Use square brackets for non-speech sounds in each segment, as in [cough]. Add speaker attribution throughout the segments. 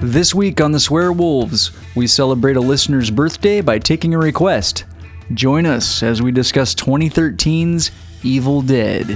Speaker 1: This week on The Swear Wolves, we celebrate a listener's birthday by taking a request. Join us as we discuss 2013's Evil Dead.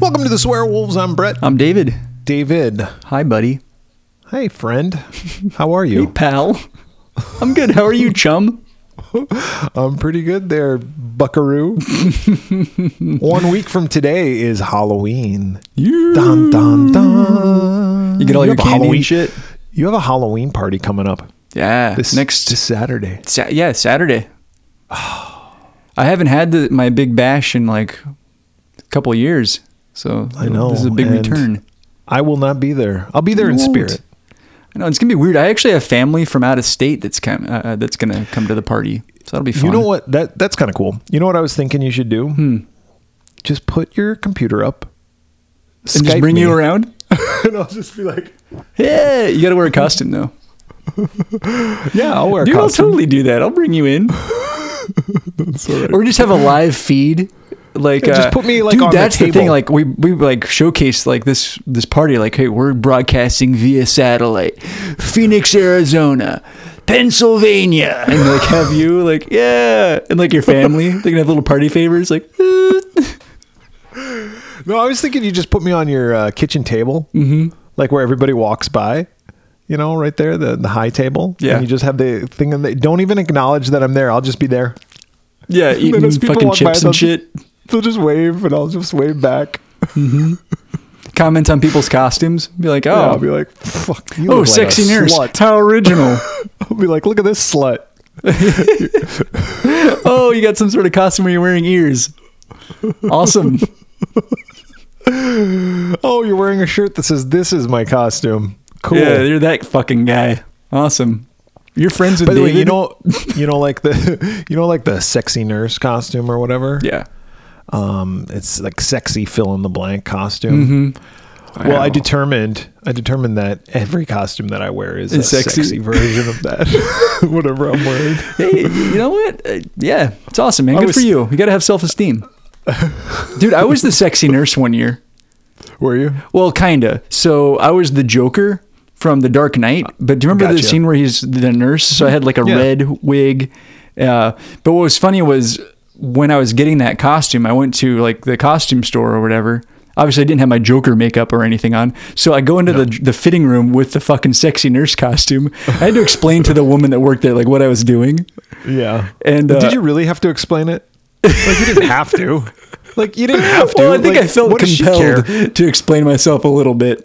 Speaker 2: Welcome to the Swear Wolves. I'm Brett.
Speaker 1: I'm David.
Speaker 2: David.
Speaker 1: Hi, buddy.
Speaker 2: Hey, friend. How are
Speaker 1: Hey,
Speaker 2: you?
Speaker 1: pal. [laughs] I'm good. How are you, chum?
Speaker 2: [laughs] I'm pretty good there, buckaroo. [laughs] One week from today is Halloween.
Speaker 1: You.
Speaker 2: Dun, dun, dun.
Speaker 1: You get all your
Speaker 2: have a
Speaker 1: candy
Speaker 2: Halloween,
Speaker 1: and shit.
Speaker 2: You have a Halloween party coming up
Speaker 1: Yeah.
Speaker 2: this
Speaker 1: next
Speaker 2: this Saturday.
Speaker 1: Sa- yeah, Saturday. I haven't had the, my big bash in like a couple of years, so
Speaker 2: I know.
Speaker 1: this is a big
Speaker 2: and
Speaker 1: return.
Speaker 2: I will not be there. I'll be there in
Speaker 1: You won't.
Speaker 2: spirit.
Speaker 1: I know it's gonna be weird. I actually have family from out of state that's come, uh, uh, that's gonna come to the party, so that'll be fun.
Speaker 2: You know what? That that's kind of cool. You know what I was thinking you should do? Just put your computer up.
Speaker 1: And just
Speaker 2: Skype
Speaker 1: bring you
Speaker 2: me,
Speaker 1: around.
Speaker 2: [laughs] and I'll just be like,
Speaker 1: Yeah, you gotta wear a costume though.
Speaker 2: "Yeah, I'll wear a
Speaker 1: Dude, I'll
Speaker 2: costume."
Speaker 1: totally do that. I'll bring you [laughs] in, or just have a live feed. Like
Speaker 2: Yeah, just
Speaker 1: uh,
Speaker 2: put me, like,
Speaker 1: dude,
Speaker 2: on the
Speaker 1: that's the, thing.
Speaker 2: table.
Speaker 1: Like we we like showcased like this this party. Like hey, we're broadcasting via satellite, Phoenix, Arizona, Pennsylvania, and like have you like yeah, and like your family. They can have little party favors. Like [laughs] eh.
Speaker 2: No, I was thinking you just put me on your uh, kitchen table, mm-hmm. like where everybody walks by. You know, right there, the the high table.
Speaker 1: Yeah.
Speaker 2: And you just have the thing, and they don't even acknowledge that I'm there. I'll just be there.
Speaker 1: yeah,
Speaker 2: then
Speaker 1: eating
Speaker 2: as people
Speaker 1: fucking
Speaker 2: walk by,
Speaker 1: chips
Speaker 2: they'll-
Speaker 1: and shit.
Speaker 2: They'll just wave, and I'll just wave back.
Speaker 1: Comment on people's costumes. Be like
Speaker 2: Yeah, I'll
Speaker 1: oh
Speaker 2: be like, "Fuck you!"
Speaker 1: oh
Speaker 2: look like a
Speaker 1: sexy nurse.
Speaker 2: Slut. [laughs]
Speaker 1: How original.
Speaker 2: I'll be like, "Look at this slut."
Speaker 1: Oh, you got some sort of costume where you're wearing ears. [laughs] Awesome.
Speaker 2: Oh, you're wearing a shirt that says, "This is my costume." Cool.
Speaker 1: Yeah, you're that fucking guy. Awesome. You're friends with
Speaker 2: By the way,
Speaker 1: David?
Speaker 2: you know, you know, like the, [laughs] you know, like the sexy nurse costume or whatever.
Speaker 1: Yeah.
Speaker 2: um, it's like sexy fill in the blank costume. Well,
Speaker 1: Mm-hmm. Wow.
Speaker 2: I determined I determined that every costume that I wear is
Speaker 1: Is
Speaker 2: a
Speaker 1: sexy.
Speaker 2: sexy. version of
Speaker 1: [laughs]
Speaker 2: that, whatever I'm wearing.
Speaker 1: Hey, you know what? Uh, yeah, it's awesome, man.
Speaker 2: I
Speaker 1: Good
Speaker 2: was-
Speaker 1: for you. You got to have self
Speaker 2: [laughs]
Speaker 1: esteem. Dude, I was the sexy nurse one year.
Speaker 2: Were you?
Speaker 1: Well, kinda. So I was the Joker from The Dark Knight. But do you remember the
Speaker 2: Uh, Gotcha.
Speaker 1: scene where he's the nurse? So I had like a
Speaker 2: Yeah.
Speaker 1: red wig. Uh, but what was funny was when I was getting that costume, I went to like the costume store or whatever. Obviously, I didn't have my Joker makeup or anything on. So I go into the the fitting room with the fucking sexy nurse costume. I had to explain to the woman that worked there like what I was doing.
Speaker 2: Yeah.
Speaker 1: And, uh,
Speaker 2: did you really have to explain it? Like you didn't
Speaker 1: [laughs]
Speaker 2: have to. Like you didn't have to.
Speaker 1: Well, I think
Speaker 2: Like,
Speaker 1: I felt
Speaker 2: what does she
Speaker 1: compelled
Speaker 2: care?
Speaker 1: to explain myself a little bit.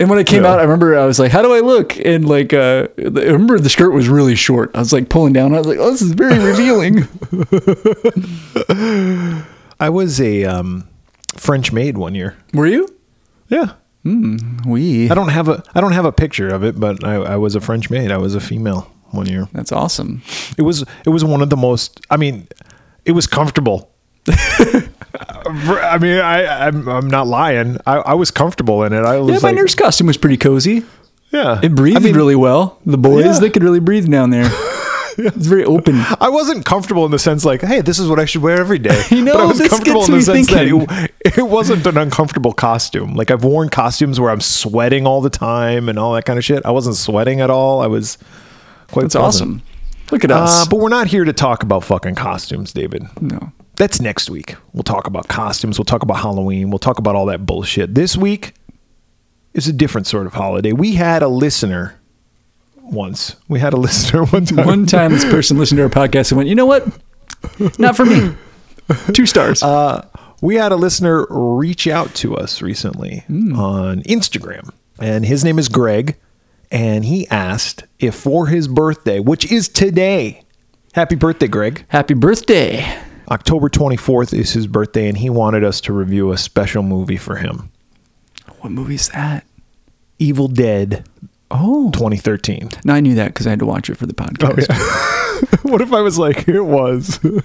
Speaker 1: And when I came
Speaker 2: Yeah.
Speaker 1: out, I remember I was like, "How do I look?" And like, uh, I remember the skirt was really short. I was like pulling down. I was like, "Oh, this is very
Speaker 2: [laughs]
Speaker 1: revealing."
Speaker 2: I was a um, French maid one year.
Speaker 1: Were you?
Speaker 2: Yeah.
Speaker 1: We.
Speaker 2: I don't have a I don't have a picture of it, but I, I was a French maid. I was a female one year.
Speaker 1: That's awesome.
Speaker 2: It was it was one of the most. I mean, it was comfortable. [laughs] I mean, I I'm, I'm not lying. I, I was comfortable in it. I was
Speaker 1: Yeah, my
Speaker 2: like,
Speaker 1: nurse costume was pretty cozy.
Speaker 2: yeah.
Speaker 1: It breathed
Speaker 2: I mean,
Speaker 1: really well. The boys,
Speaker 2: Yeah.
Speaker 1: they could really breathe down
Speaker 2: [laughs]
Speaker 1: there. It's very open.
Speaker 2: I wasn't comfortable in the sense like, hey, this is what I should wear every day.
Speaker 1: [laughs] You know,
Speaker 2: but I was
Speaker 1: this
Speaker 2: comfortable
Speaker 1: gets
Speaker 2: in the
Speaker 1: me
Speaker 2: sense
Speaker 1: thinking.
Speaker 2: that it, it wasn't an uncomfortable costume. Like I've worn costumes where I'm sweating all the time and all that kind of shit. I wasn't sweating at all. I was quite.
Speaker 1: It's awesome.
Speaker 2: pleasant.
Speaker 1: Look at
Speaker 2: Uh,
Speaker 1: us.
Speaker 2: but we're not here to talk about fucking costumes, David.
Speaker 1: no.
Speaker 2: That's next week. We'll talk about costumes. We'll talk about Halloween. We'll talk about all that bullshit. This week is a different sort of holiday. We had a listener once. We had a [laughs] listener one time.
Speaker 1: One time, this person listened to our podcast and went, "You know what? Not for
Speaker 2: [laughs]
Speaker 1: me. Two stars.
Speaker 2: Uh, we had a listener reach out to us recently on Instagram, and his name is Greg, and he asked if for his birthday, which is today, happy birthday, Greg.
Speaker 1: Happy birthday.
Speaker 2: October 24th is his birthday, and he wanted us to review a special movie for him
Speaker 1: What movie is that?
Speaker 2: Evil Dead
Speaker 1: Oh.
Speaker 2: 2013.
Speaker 1: No, I knew that because I had to watch it for the podcast.
Speaker 2: [laughs] what if I was like, it was [laughs] the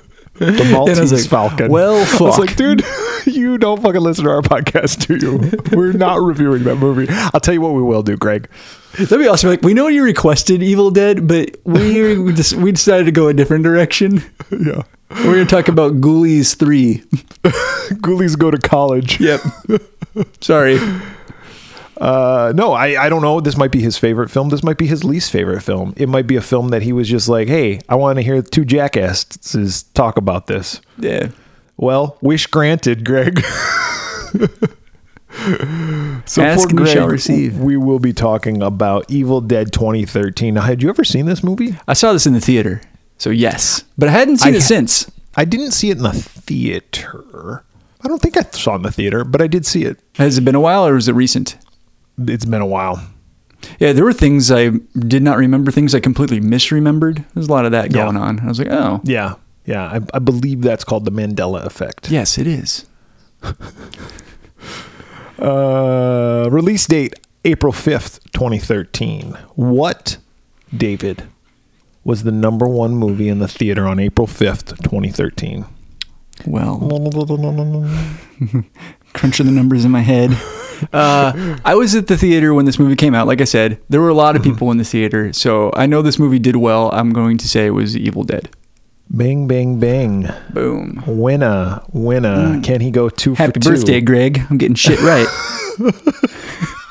Speaker 2: Maltese
Speaker 1: And I was like,
Speaker 2: Falcon?
Speaker 1: well,
Speaker 2: I was
Speaker 1: fuck.
Speaker 2: like, dude, [laughs] you don't fucking listen to our podcast, do you? We're not reviewing that movie. I'll tell you what we will do, Greg.
Speaker 1: [laughs] That'd be awesome. Like we know you requested Evil Dead, but we we, just, we decided to go a different [laughs] direction.
Speaker 2: Yeah,
Speaker 1: We're gonna talk about Ghoulies Three.
Speaker 2: [laughs] ghoulies go to
Speaker 1: [laughs]
Speaker 2: college.
Speaker 1: Yep. Sorry.
Speaker 2: Uh, no, I, I don't know. This might be his favorite film. This might be his least favorite film. It might be a film that he was just like, hey, I want to hear two jackasses talk about this.
Speaker 1: Yeah.
Speaker 2: Well, wish granted, Greg. [laughs] so
Speaker 1: Ask and we shall receive.
Speaker 2: We will be talking about Evil Dead 2013. Now, had you ever seen this movie?
Speaker 1: I saw this in the theater, so yes, but I hadn't seen
Speaker 2: I
Speaker 1: it
Speaker 2: ha-
Speaker 1: since.
Speaker 2: I didn't see it in the theater. I don't think I saw it in the theater, but I did see it.
Speaker 1: Has it been a while, or is it recent?
Speaker 2: It's been a while.
Speaker 1: Yeah, there were things I did not remember, things I completely misremembered. There's a lot of that
Speaker 2: Yeah.
Speaker 1: going on. I was like, oh,
Speaker 2: Yeah. Yeah. I, I believe that's called the Mandela effect.
Speaker 1: yes, it is.
Speaker 2: Uh, release date April 5th, 2013. What, David, was the number one movie in the theater on April 5th, 2013?
Speaker 1: Well, crunching the numbers in my head. [laughs] Uh, I was at the theater when this movie came out. Like I said, there were a lot of people in the theater, so I know this movie did well. I'm going to say it was Evil Dead.
Speaker 2: Bing, bang, bang.
Speaker 1: Boom.
Speaker 2: Winna, winna. Can he go two
Speaker 1: Hmm. Happy
Speaker 2: for two?
Speaker 1: birthday, Greg. I'm getting shit [laughs] right.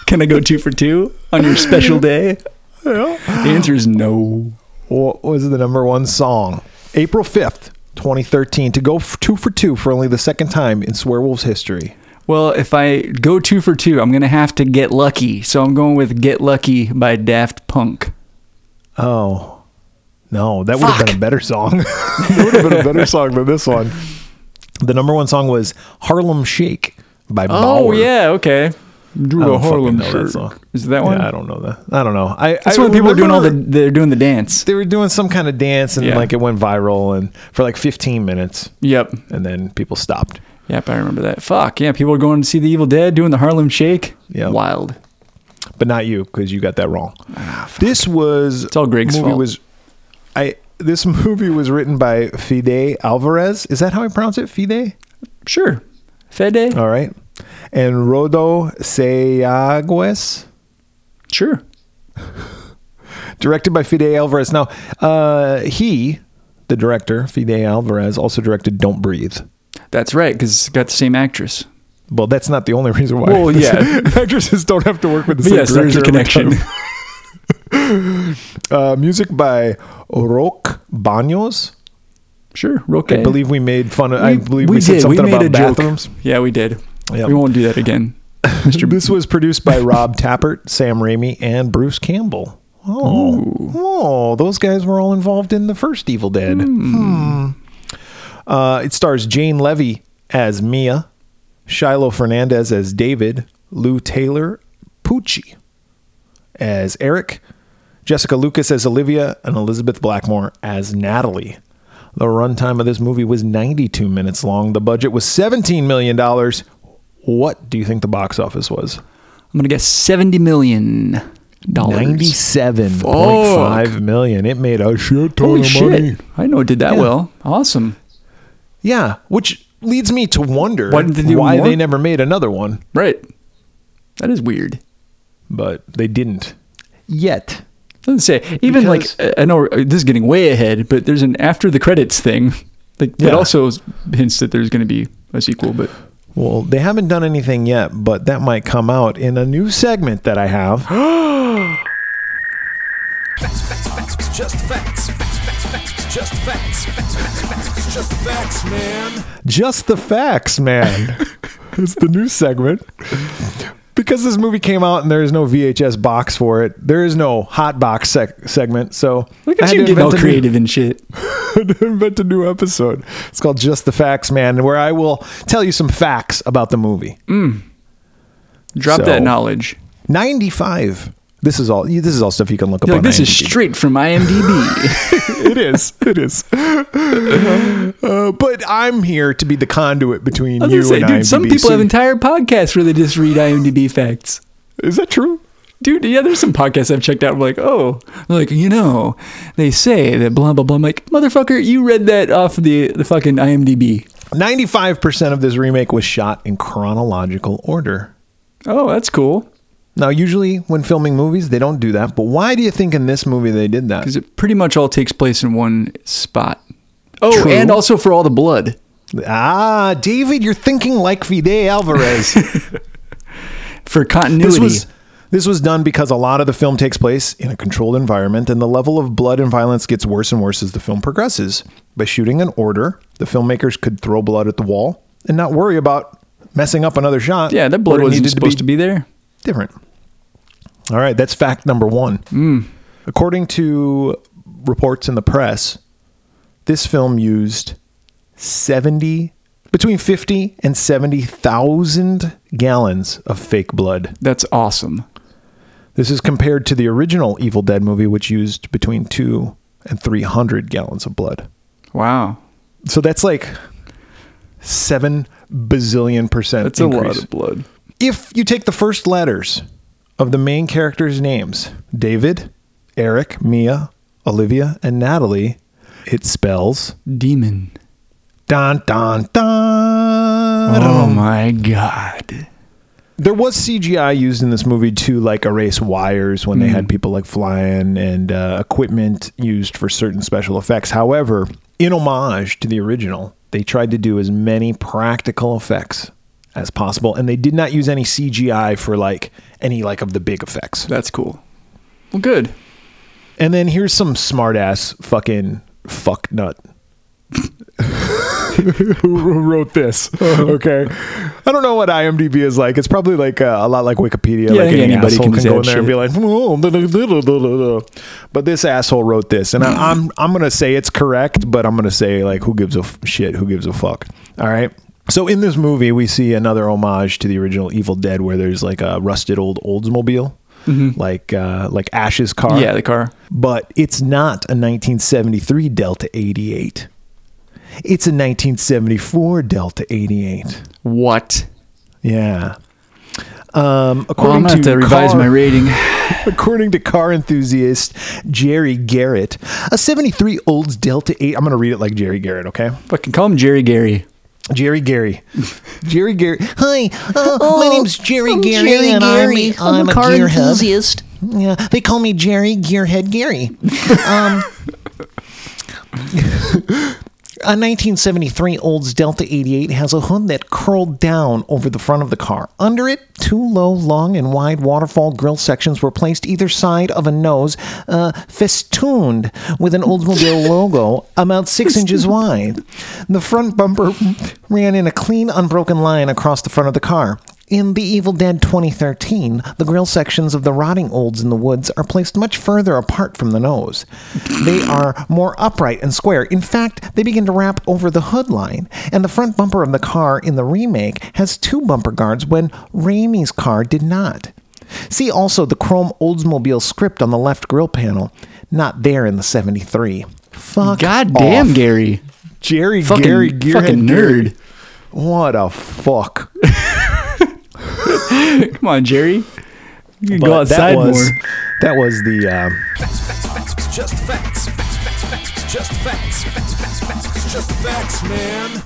Speaker 1: Can I go two for two on your special day? The answer is no.
Speaker 2: What was the number one song? April 5th, 2013. To go f- two for two for only the second time in Swearwolves history.
Speaker 1: Well, if I go two for two, I'm going to have to get lucky. So I'm going with Get Lucky by Daft Punk.
Speaker 2: Oh. No, that would have
Speaker 1: Fuck.
Speaker 2: been a better song. [laughs] that would have been a better song than this one. The number one song was Harlem Shake by
Speaker 1: Oh,
Speaker 2: Bauer.
Speaker 1: yeah, okay.
Speaker 2: I
Speaker 1: Drew
Speaker 2: don't
Speaker 1: a Harlem
Speaker 2: fucking know that
Speaker 1: shirt.
Speaker 2: song.
Speaker 1: Is it that one?
Speaker 2: Yeah, I don't know that. I don't know. I,
Speaker 1: That's
Speaker 2: I
Speaker 1: when people are doing all the
Speaker 2: remember
Speaker 1: they're doing the dance.
Speaker 2: They were doing some kind of dance and
Speaker 1: Yeah.
Speaker 2: like it went viral and for like 15 minutes
Speaker 1: Yep.
Speaker 2: and then people stopped.
Speaker 1: Yep, I remember that. Fuck, yeah, people are going to see the Evil Dead doing the Harlem Shake.
Speaker 2: Yep.
Speaker 1: Wild.
Speaker 2: but not you because you got that wrong. this was it's
Speaker 1: Ah, all Greg's
Speaker 2: movie
Speaker 1: fault.
Speaker 2: Was I this movie was written by Fide Alvarez? Is that how I pronounce it? Fide.
Speaker 1: Sure. Uh, Fede?
Speaker 2: All right, and Rodo Sayagues,
Speaker 1: sure.
Speaker 2: directed by Fide Alvarez. Now, uh, he, the director, Fide Alvarez, also directed Don't Breathe.
Speaker 1: That's right, because it's got the same actress.
Speaker 2: Well, that's not the only reason why.
Speaker 1: Well, yeah.
Speaker 2: [laughs] actresses don't have to work with the
Speaker 1: But
Speaker 2: same
Speaker 1: yes, there's a
Speaker 2: director every
Speaker 1: connection. [laughs]
Speaker 2: time. Uh, music by Roque Banos.
Speaker 1: sure, Roque.
Speaker 2: I believe we made fun of. I believe we, said
Speaker 1: did.
Speaker 2: something
Speaker 1: made
Speaker 2: about
Speaker 1: a joke.
Speaker 2: bathrooms.
Speaker 1: Yeah, we did.
Speaker 2: Yep.
Speaker 1: We won't do that again. Mr.
Speaker 2: This was produced by Rob Tappert, Sam Raimi, and Bruce Campbell. Oh, oh, those guys were all involved in the first Evil Dead. Hmm. Uh, it stars Jane Levy as Mia, Shiloh Fernandez as David, Lou Taylor Pucci as Eric, Jessica Lucas as Olivia, and Elizabeth Blackmore as Natalie. The runtime of this movie was 92 minutes long. The budget was $17 million. What do you think the box office was?
Speaker 1: I'm gonna guess seventy million dollars.
Speaker 2: Ninety-seven point five million. It made a shit ton
Speaker 1: Holy
Speaker 2: of
Speaker 1: shit!
Speaker 2: money.
Speaker 1: I know it did that
Speaker 2: Yeah.
Speaker 1: well. Awesome.
Speaker 2: Yeah, which leads me to wonder
Speaker 1: Why didn't they do
Speaker 2: why
Speaker 1: more?
Speaker 2: they never made another one,
Speaker 1: Right. That is weird.
Speaker 2: but they didn't yet.
Speaker 1: Doesn't say even
Speaker 2: Because-
Speaker 1: like I- I know uh, this is getting way ahead, but there's an after the credits thing that,
Speaker 2: Yeah.
Speaker 1: that also hints that there's gonna be a sequel. But
Speaker 2: Well, they haven't done anything yet, but that might come out in a new segment that I [gasps] have. Just the facts, [laughs] man. it's the new segment. Because this movie came out and there is no VHS box for it, there is no hot box sec- segment. So
Speaker 1: look at
Speaker 2: I had
Speaker 1: you
Speaker 2: to
Speaker 1: getting all
Speaker 2: invent a new-
Speaker 1: creative and shit.
Speaker 2: [laughs] episode. I invent a new episode. It's called Just the Facts, man, where I will tell you some facts about the movie.
Speaker 1: Drop
Speaker 2: So-
Speaker 1: that knowledge.
Speaker 2: 95. This is all. This is all stuff you can look up.
Speaker 1: You're
Speaker 2: on
Speaker 1: like, this is
Speaker 2: IMDb.
Speaker 1: straight from
Speaker 2: [laughs]
Speaker 1: IMDb.
Speaker 2: it is.
Speaker 1: [laughs]
Speaker 2: It is. Uh, but I'm here to be the conduit between
Speaker 1: I was
Speaker 2: you
Speaker 1: gonna say,
Speaker 2: and
Speaker 1: dude,
Speaker 2: IMDb.
Speaker 1: some people
Speaker 2: So-
Speaker 1: have entire podcasts where they just read IMDb facts.
Speaker 2: Is that true?
Speaker 1: Dude, yeah, there's some podcasts I've checked out. Where like, oh, they're like you know, they say that blah blah blah. I'm like, motherfucker, you read that off the the fucking IMDb.
Speaker 2: 95% of this remake was shot in chronological order.
Speaker 1: Oh, that's cool.
Speaker 2: Now, usually when filming movies, they don't do that, but why do you think in this movie they did
Speaker 1: [laughs]
Speaker 2: that?
Speaker 1: Because it pretty much all takes place in one spot. Oh,
Speaker 2: True.
Speaker 1: and also for all the blood.
Speaker 2: Ah, David, you're thinking like Fide Alvarez.
Speaker 1: For continuity.
Speaker 2: this was this was done because a lot of the film takes place in a controlled environment and the level of blood and violence gets worse and worse as the film progresses. By shooting in order, the filmmakers could throw blood at the wall and not worry about messing up another shot.
Speaker 1: yeah, that blood
Speaker 2: where it
Speaker 1: wasn't
Speaker 2: needed
Speaker 1: supposed to be there.
Speaker 2: different. All right, that's fact number one.
Speaker 1: Mm.
Speaker 2: According to reports in the press, this film used seventy between fifty and seventy thousand gallons of fake blood.
Speaker 1: That's awesome.
Speaker 2: This is compared to the original Evil Dead movie, which used between two and three hundred gallons of blood.
Speaker 1: Wow.
Speaker 2: So that's like seven bazillion percent.
Speaker 1: That's a
Speaker 2: increase.
Speaker 1: lot of blood.
Speaker 2: if you take the first letters of the main characters' names David, Eric, Mia, Olivia, and Natalie, it spells
Speaker 1: Demon.
Speaker 2: don don don.
Speaker 1: Oh my god.
Speaker 2: There was CGI used in this movie to like erase wires when they had people like flying and uh, equipment used for certain special effects. However, in homage to the original, they tried to do as many practical effects as possible, and they did not use any CGI for like any like of the big effects.
Speaker 1: That's cool. Well, good.
Speaker 2: And then here's some smart ass fucking fuck nut. [laughs] Who wrote this? Okay, I don't know what IMDb is like. It's probably like uh, a lot like Wikipedia.
Speaker 1: Yeah, I
Speaker 2: like
Speaker 1: think
Speaker 2: any
Speaker 1: anybody
Speaker 2: asshole
Speaker 1: can
Speaker 2: can,
Speaker 1: just
Speaker 2: go in
Speaker 1: add
Speaker 2: there and be like, "Oh, da, da, da, da, da, da, da." but this asshole wrote this, and I, I'm I'm gonna say it's correct, but I'm gonna say like, who gives a f- shit? Who gives a fuck? All right. So in this movie, we see another homage to the original Evil Dead, where there's like a rusted old Oldsmobile, like uh, like Ash's car
Speaker 1: Yeah, the car.
Speaker 2: but it's not a 1973 Delta 88. It's a 1974 Delta 88.
Speaker 1: What?
Speaker 2: Yeah. Um, according
Speaker 1: Well, I'm gonna
Speaker 2: to,
Speaker 1: have to revise
Speaker 2: car,
Speaker 1: my rating.
Speaker 2: [laughs] according to car enthusiast Jerry Garrett, a 73 Olds Delta 8. I'm going to read it like Jerry Garrett, okay?
Speaker 1: Fucking call him Jerry Gary.
Speaker 2: Jerry Gary. Jerry Gary. Hi, uh,
Speaker 1: Oh,
Speaker 2: my name's Jerry
Speaker 3: I'm
Speaker 2: Gary,
Speaker 3: Jerry
Speaker 2: and
Speaker 3: Gary.
Speaker 2: I'm, a- I'm,
Speaker 3: I'm a
Speaker 2: a
Speaker 3: car
Speaker 1: [laughs]
Speaker 2: gearhead.
Speaker 3: enthusiast.
Speaker 2: Yeah, they call me Jerry Gearhead Gary. Um, a 1973 Olds Delta 88 has a hood that curled down over the front of the car. Under it, two low, long, and wide waterfall grill sections were placed either side of a nose, uh, festooned with an Oldsmobile logo about six inches wide. The front bumper ran in a clean, unbroken line across the front of the car. In The Evil Dead 2013, the grill sections of the rotting olds in the woods are placed much further apart from the nose. They are more upright and square. In fact, they begin to wrap over the hood line, and the front bumper of the car in the remake has two bumper guards when Raimi's car did not. See also the chrome Oldsmobile script on the left grill panel, not there in the 73. Fuck.
Speaker 1: God damn,
Speaker 2: off.
Speaker 1: Gary.
Speaker 2: Jerry
Speaker 1: Fucking,
Speaker 2: Gary Gearhead
Speaker 1: fucking
Speaker 2: Gary.
Speaker 1: nerd.
Speaker 2: What a fuck.
Speaker 1: Come on, Jerry. You can
Speaker 2: But
Speaker 1: go outside
Speaker 2: that was,
Speaker 1: more.
Speaker 2: That was the. um
Speaker 4: Just facts. Facts, facts, facts, just facts. Facts, facts, facts, just facts, man.
Speaker 2: uh,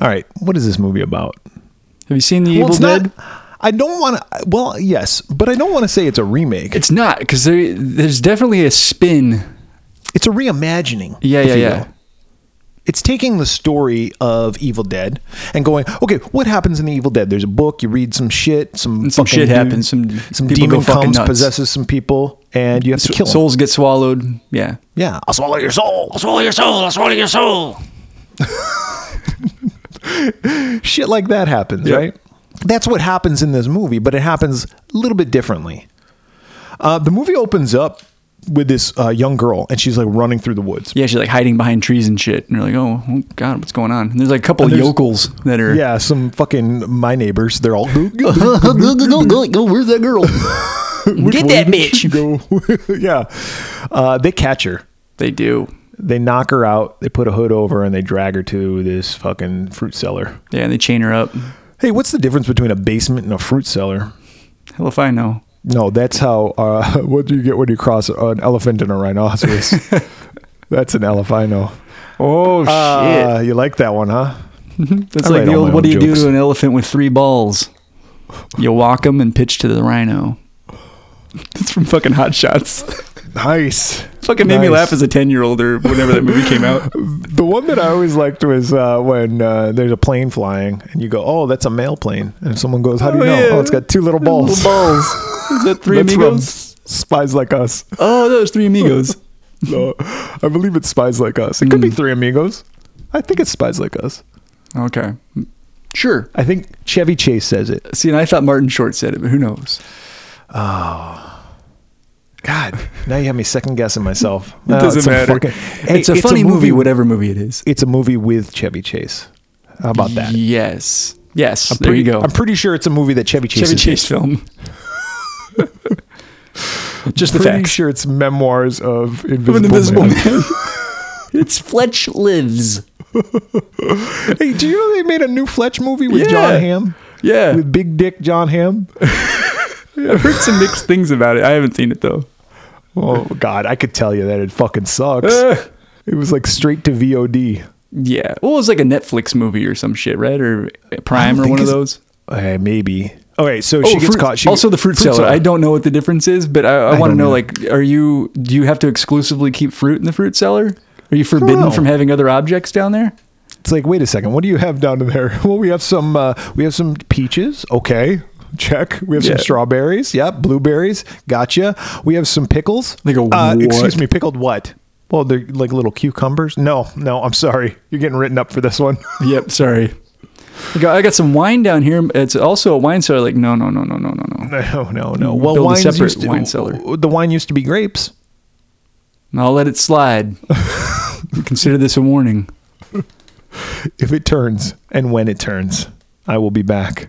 Speaker 2: All right, what is this movie about?
Speaker 1: Have you seen the Evil
Speaker 2: Well, it's
Speaker 1: Dead?
Speaker 2: not. I don't want to. Well, yes, but I don't want to say it's a remake. It's,
Speaker 1: It's not because there, there's definitely a spin.
Speaker 2: a reimagining.
Speaker 1: Yeah,
Speaker 2: if
Speaker 1: yeah,
Speaker 2: you
Speaker 1: yeah.
Speaker 2: will. It's taking the story of Evil Dead and going, okay, what happens in the Evil Dead? There's a book. You read some shit. Some
Speaker 1: And some
Speaker 2: fucking
Speaker 1: shit
Speaker 2: dude-
Speaker 1: happens. Some
Speaker 2: some
Speaker 1: people go
Speaker 2: demon
Speaker 1: fucking
Speaker 2: comes,
Speaker 1: nuts.
Speaker 2: possesses some people, and you have to kill 'em.
Speaker 1: Souls get swallowed. Yeah.
Speaker 2: Yeah, I'll swallow your soul.
Speaker 4: Swallow your soul. Swallow your soul.
Speaker 2: [laughs] shit like that happens,
Speaker 1: Yep.
Speaker 2: right? That's what happens in this movie, but it happens a little bit differently. Uh, the movie opens up with this uh, young girl, and she's like running through the woods.
Speaker 1: Yeah, she's like hiding behind trees and shit. And you're like, oh, oh God, what's going on? And there's like a couple
Speaker 2: And there's-
Speaker 1: yokels that are.
Speaker 2: Yeah, some fucking my neighbors. They're all
Speaker 1: go, go, go, go, go, where's that
Speaker 2: [laughs]
Speaker 1: girl? Get that bitch.
Speaker 2: go. [laughs] yeah, uh, they catch her.
Speaker 1: They do.
Speaker 2: They knock her out. They put a hood over and they drag her to this fucking fruit cellar.
Speaker 1: Yeah, and they chain her up.
Speaker 2: Hey, what's the difference between a basement and a fruit cellar?
Speaker 1: Hell if I know.
Speaker 2: No, that's how. Uh, [laughs] what do you get when you cross an elephant and a rhinoceros? [laughs] that's an elephino.
Speaker 1: Oh,
Speaker 2: Uh, you like that one, huh?
Speaker 1: shit. That's
Speaker 2: I
Speaker 1: like
Speaker 2: write
Speaker 1: the
Speaker 2: all
Speaker 1: old,
Speaker 2: my
Speaker 1: what do
Speaker 2: own
Speaker 1: you
Speaker 2: jokes.
Speaker 1: do to an elephant with three balls? You walk him and pitch to the rhino. [laughs] That's from fucking Hot Shots.
Speaker 2: Nice.
Speaker 1: fucking made me
Speaker 2: Nice.
Speaker 1: laugh as a 10 year old or whenever that movie came
Speaker 2: [laughs]
Speaker 1: out.
Speaker 2: The one that I always liked was uh, when uh, there's a plane flying and you go, "Oh, that's a mail plane," and someone goes, "How do you
Speaker 1: Oh,
Speaker 2: know?
Speaker 1: yeah.
Speaker 2: Oh, it's got two little balls."
Speaker 1: balls.
Speaker 2: [laughs]
Speaker 1: Is that Three
Speaker 2: That's from
Speaker 1: Amigos?
Speaker 2: Spies like [laughs] us.
Speaker 1: Oh, that was Three Amigos.
Speaker 2: No, I believe it's spies like us. It could be three amigos. I think it's spies like us.
Speaker 1: okay. Sure.
Speaker 2: I think Chevy Chase says it.
Speaker 1: See, and I thought Martin Short said it, but who knows?
Speaker 2: God, now you have me second
Speaker 1: [laughs]
Speaker 2: guessing myself. it
Speaker 1: doesn't matter. it's a funny movie, whatever movie it is.
Speaker 2: It's a movie with Chevy Chase. How about that?
Speaker 1: Yes. Yes. there
Speaker 2: Pretty-
Speaker 1: you go.
Speaker 2: I'm pretty sure it's a movie that Chevy Chase.
Speaker 1: Chevy
Speaker 2: is
Speaker 1: Chase film. Just the
Speaker 2: Pretty
Speaker 1: facts.
Speaker 2: sure it's memoirs of
Speaker 1: Of
Speaker 2: Invisible,
Speaker 1: an [laughs] invisible
Speaker 2: Man.
Speaker 1: man. [laughs] it's Fletch Lives.
Speaker 2: hey, do you know they made a new Fletch movie with
Speaker 1: Yeah.
Speaker 2: John Hamm?
Speaker 1: Yeah.
Speaker 2: With Big Dick John Hamm?
Speaker 1: I've heard some mixed things about it. I haven't seen it though.
Speaker 2: Oh, God, I could tell you that it
Speaker 1: [laughs]
Speaker 2: fucking sucks.
Speaker 1: Uh.
Speaker 2: it was like straight to VOD.
Speaker 1: Yeah. Well, it was like a Netflix movie or some shit, right? Or Prime or
Speaker 2: think
Speaker 1: one of
Speaker 2: it's-
Speaker 1: those.
Speaker 2: Okay, maybe. Okay, so she gets
Speaker 1: Oh, fruit-
Speaker 2: caught. She
Speaker 1: also, the fruit, cellar. I don't know what the difference is, but I, I, want to
Speaker 2: don't
Speaker 1: know,
Speaker 2: know.
Speaker 1: Like, are you? Do you have to exclusively keep fruit in the fruit cellar? Are you
Speaker 2: know.
Speaker 1: forbidden from having other objects down there?
Speaker 2: It's like, wait a second. What do you have down there? [laughs] Well, we have some. Uh, we have some peaches. Okay, check. We have some
Speaker 1: Yeah.
Speaker 2: strawberries. Yep, blueberries. Gotcha. We have some pickles.
Speaker 1: They go,
Speaker 2: Uh, excuse
Speaker 1: "What?"
Speaker 2: me, pickled what? Well, they're like little cucumbers. No, no. I'm sorry. You're getting written up for this one. [laughs]
Speaker 1: Yep. Sorry. I got, I got some wine down here. It's also a wine cellar. Like, no, no, no, no, no, no, no.
Speaker 2: no, no, no. Well,
Speaker 1: Build a
Speaker 2: wines
Speaker 1: separate
Speaker 2: used to,
Speaker 1: wine cellar.
Speaker 2: The wine used to be grapes.
Speaker 1: And I'll let it slide. Consider this a warning.
Speaker 2: If it turns and when it turns, I will be back.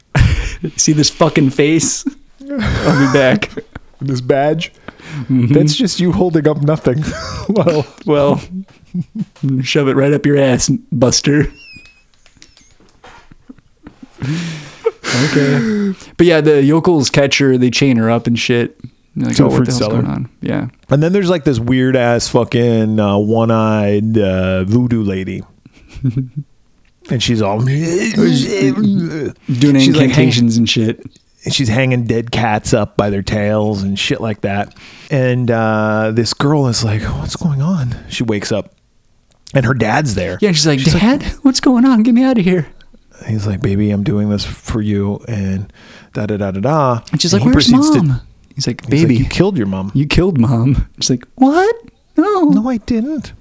Speaker 1: See this fucking face? I'll be back.
Speaker 2: This badge.
Speaker 1: Mm-hmm.
Speaker 2: That's just you holding up nothing. [laughs] well.
Speaker 1: Well, shove it right up your ass, Buster. okay. But yeah, the yokels catch her, they chain her up and shit. And they're Like,
Speaker 2: To a
Speaker 1: oh, what
Speaker 2: fruit
Speaker 1: the hell's
Speaker 2: cellar.
Speaker 1: going on? Yeah.
Speaker 2: And then there's like this weird ass fucking uh, one eyed uh,
Speaker 1: [laughs]
Speaker 2: voodoo lady. and she's all. [laughs] and
Speaker 1: Doing
Speaker 2: She's like,
Speaker 1: incantations and shit.
Speaker 2: she's hanging dead cats up by their tails and shit like that. And uh, this girl is like, what's going on? She wakes up. And her dad's there.
Speaker 1: Yeah, she's like, Dad, what's going on? Get me out of here.
Speaker 2: He's like, baby, I'm doing this for you. And da da da da da.
Speaker 1: And she's
Speaker 2: And
Speaker 1: like,
Speaker 2: he
Speaker 1: Where's
Speaker 2: proceeds to-
Speaker 1: mom? he's like,
Speaker 2: he's like,
Speaker 1: Baby,
Speaker 2: you killed your mom.
Speaker 1: you killed mom. She's like, What? No.
Speaker 2: [laughs] No, I didn't.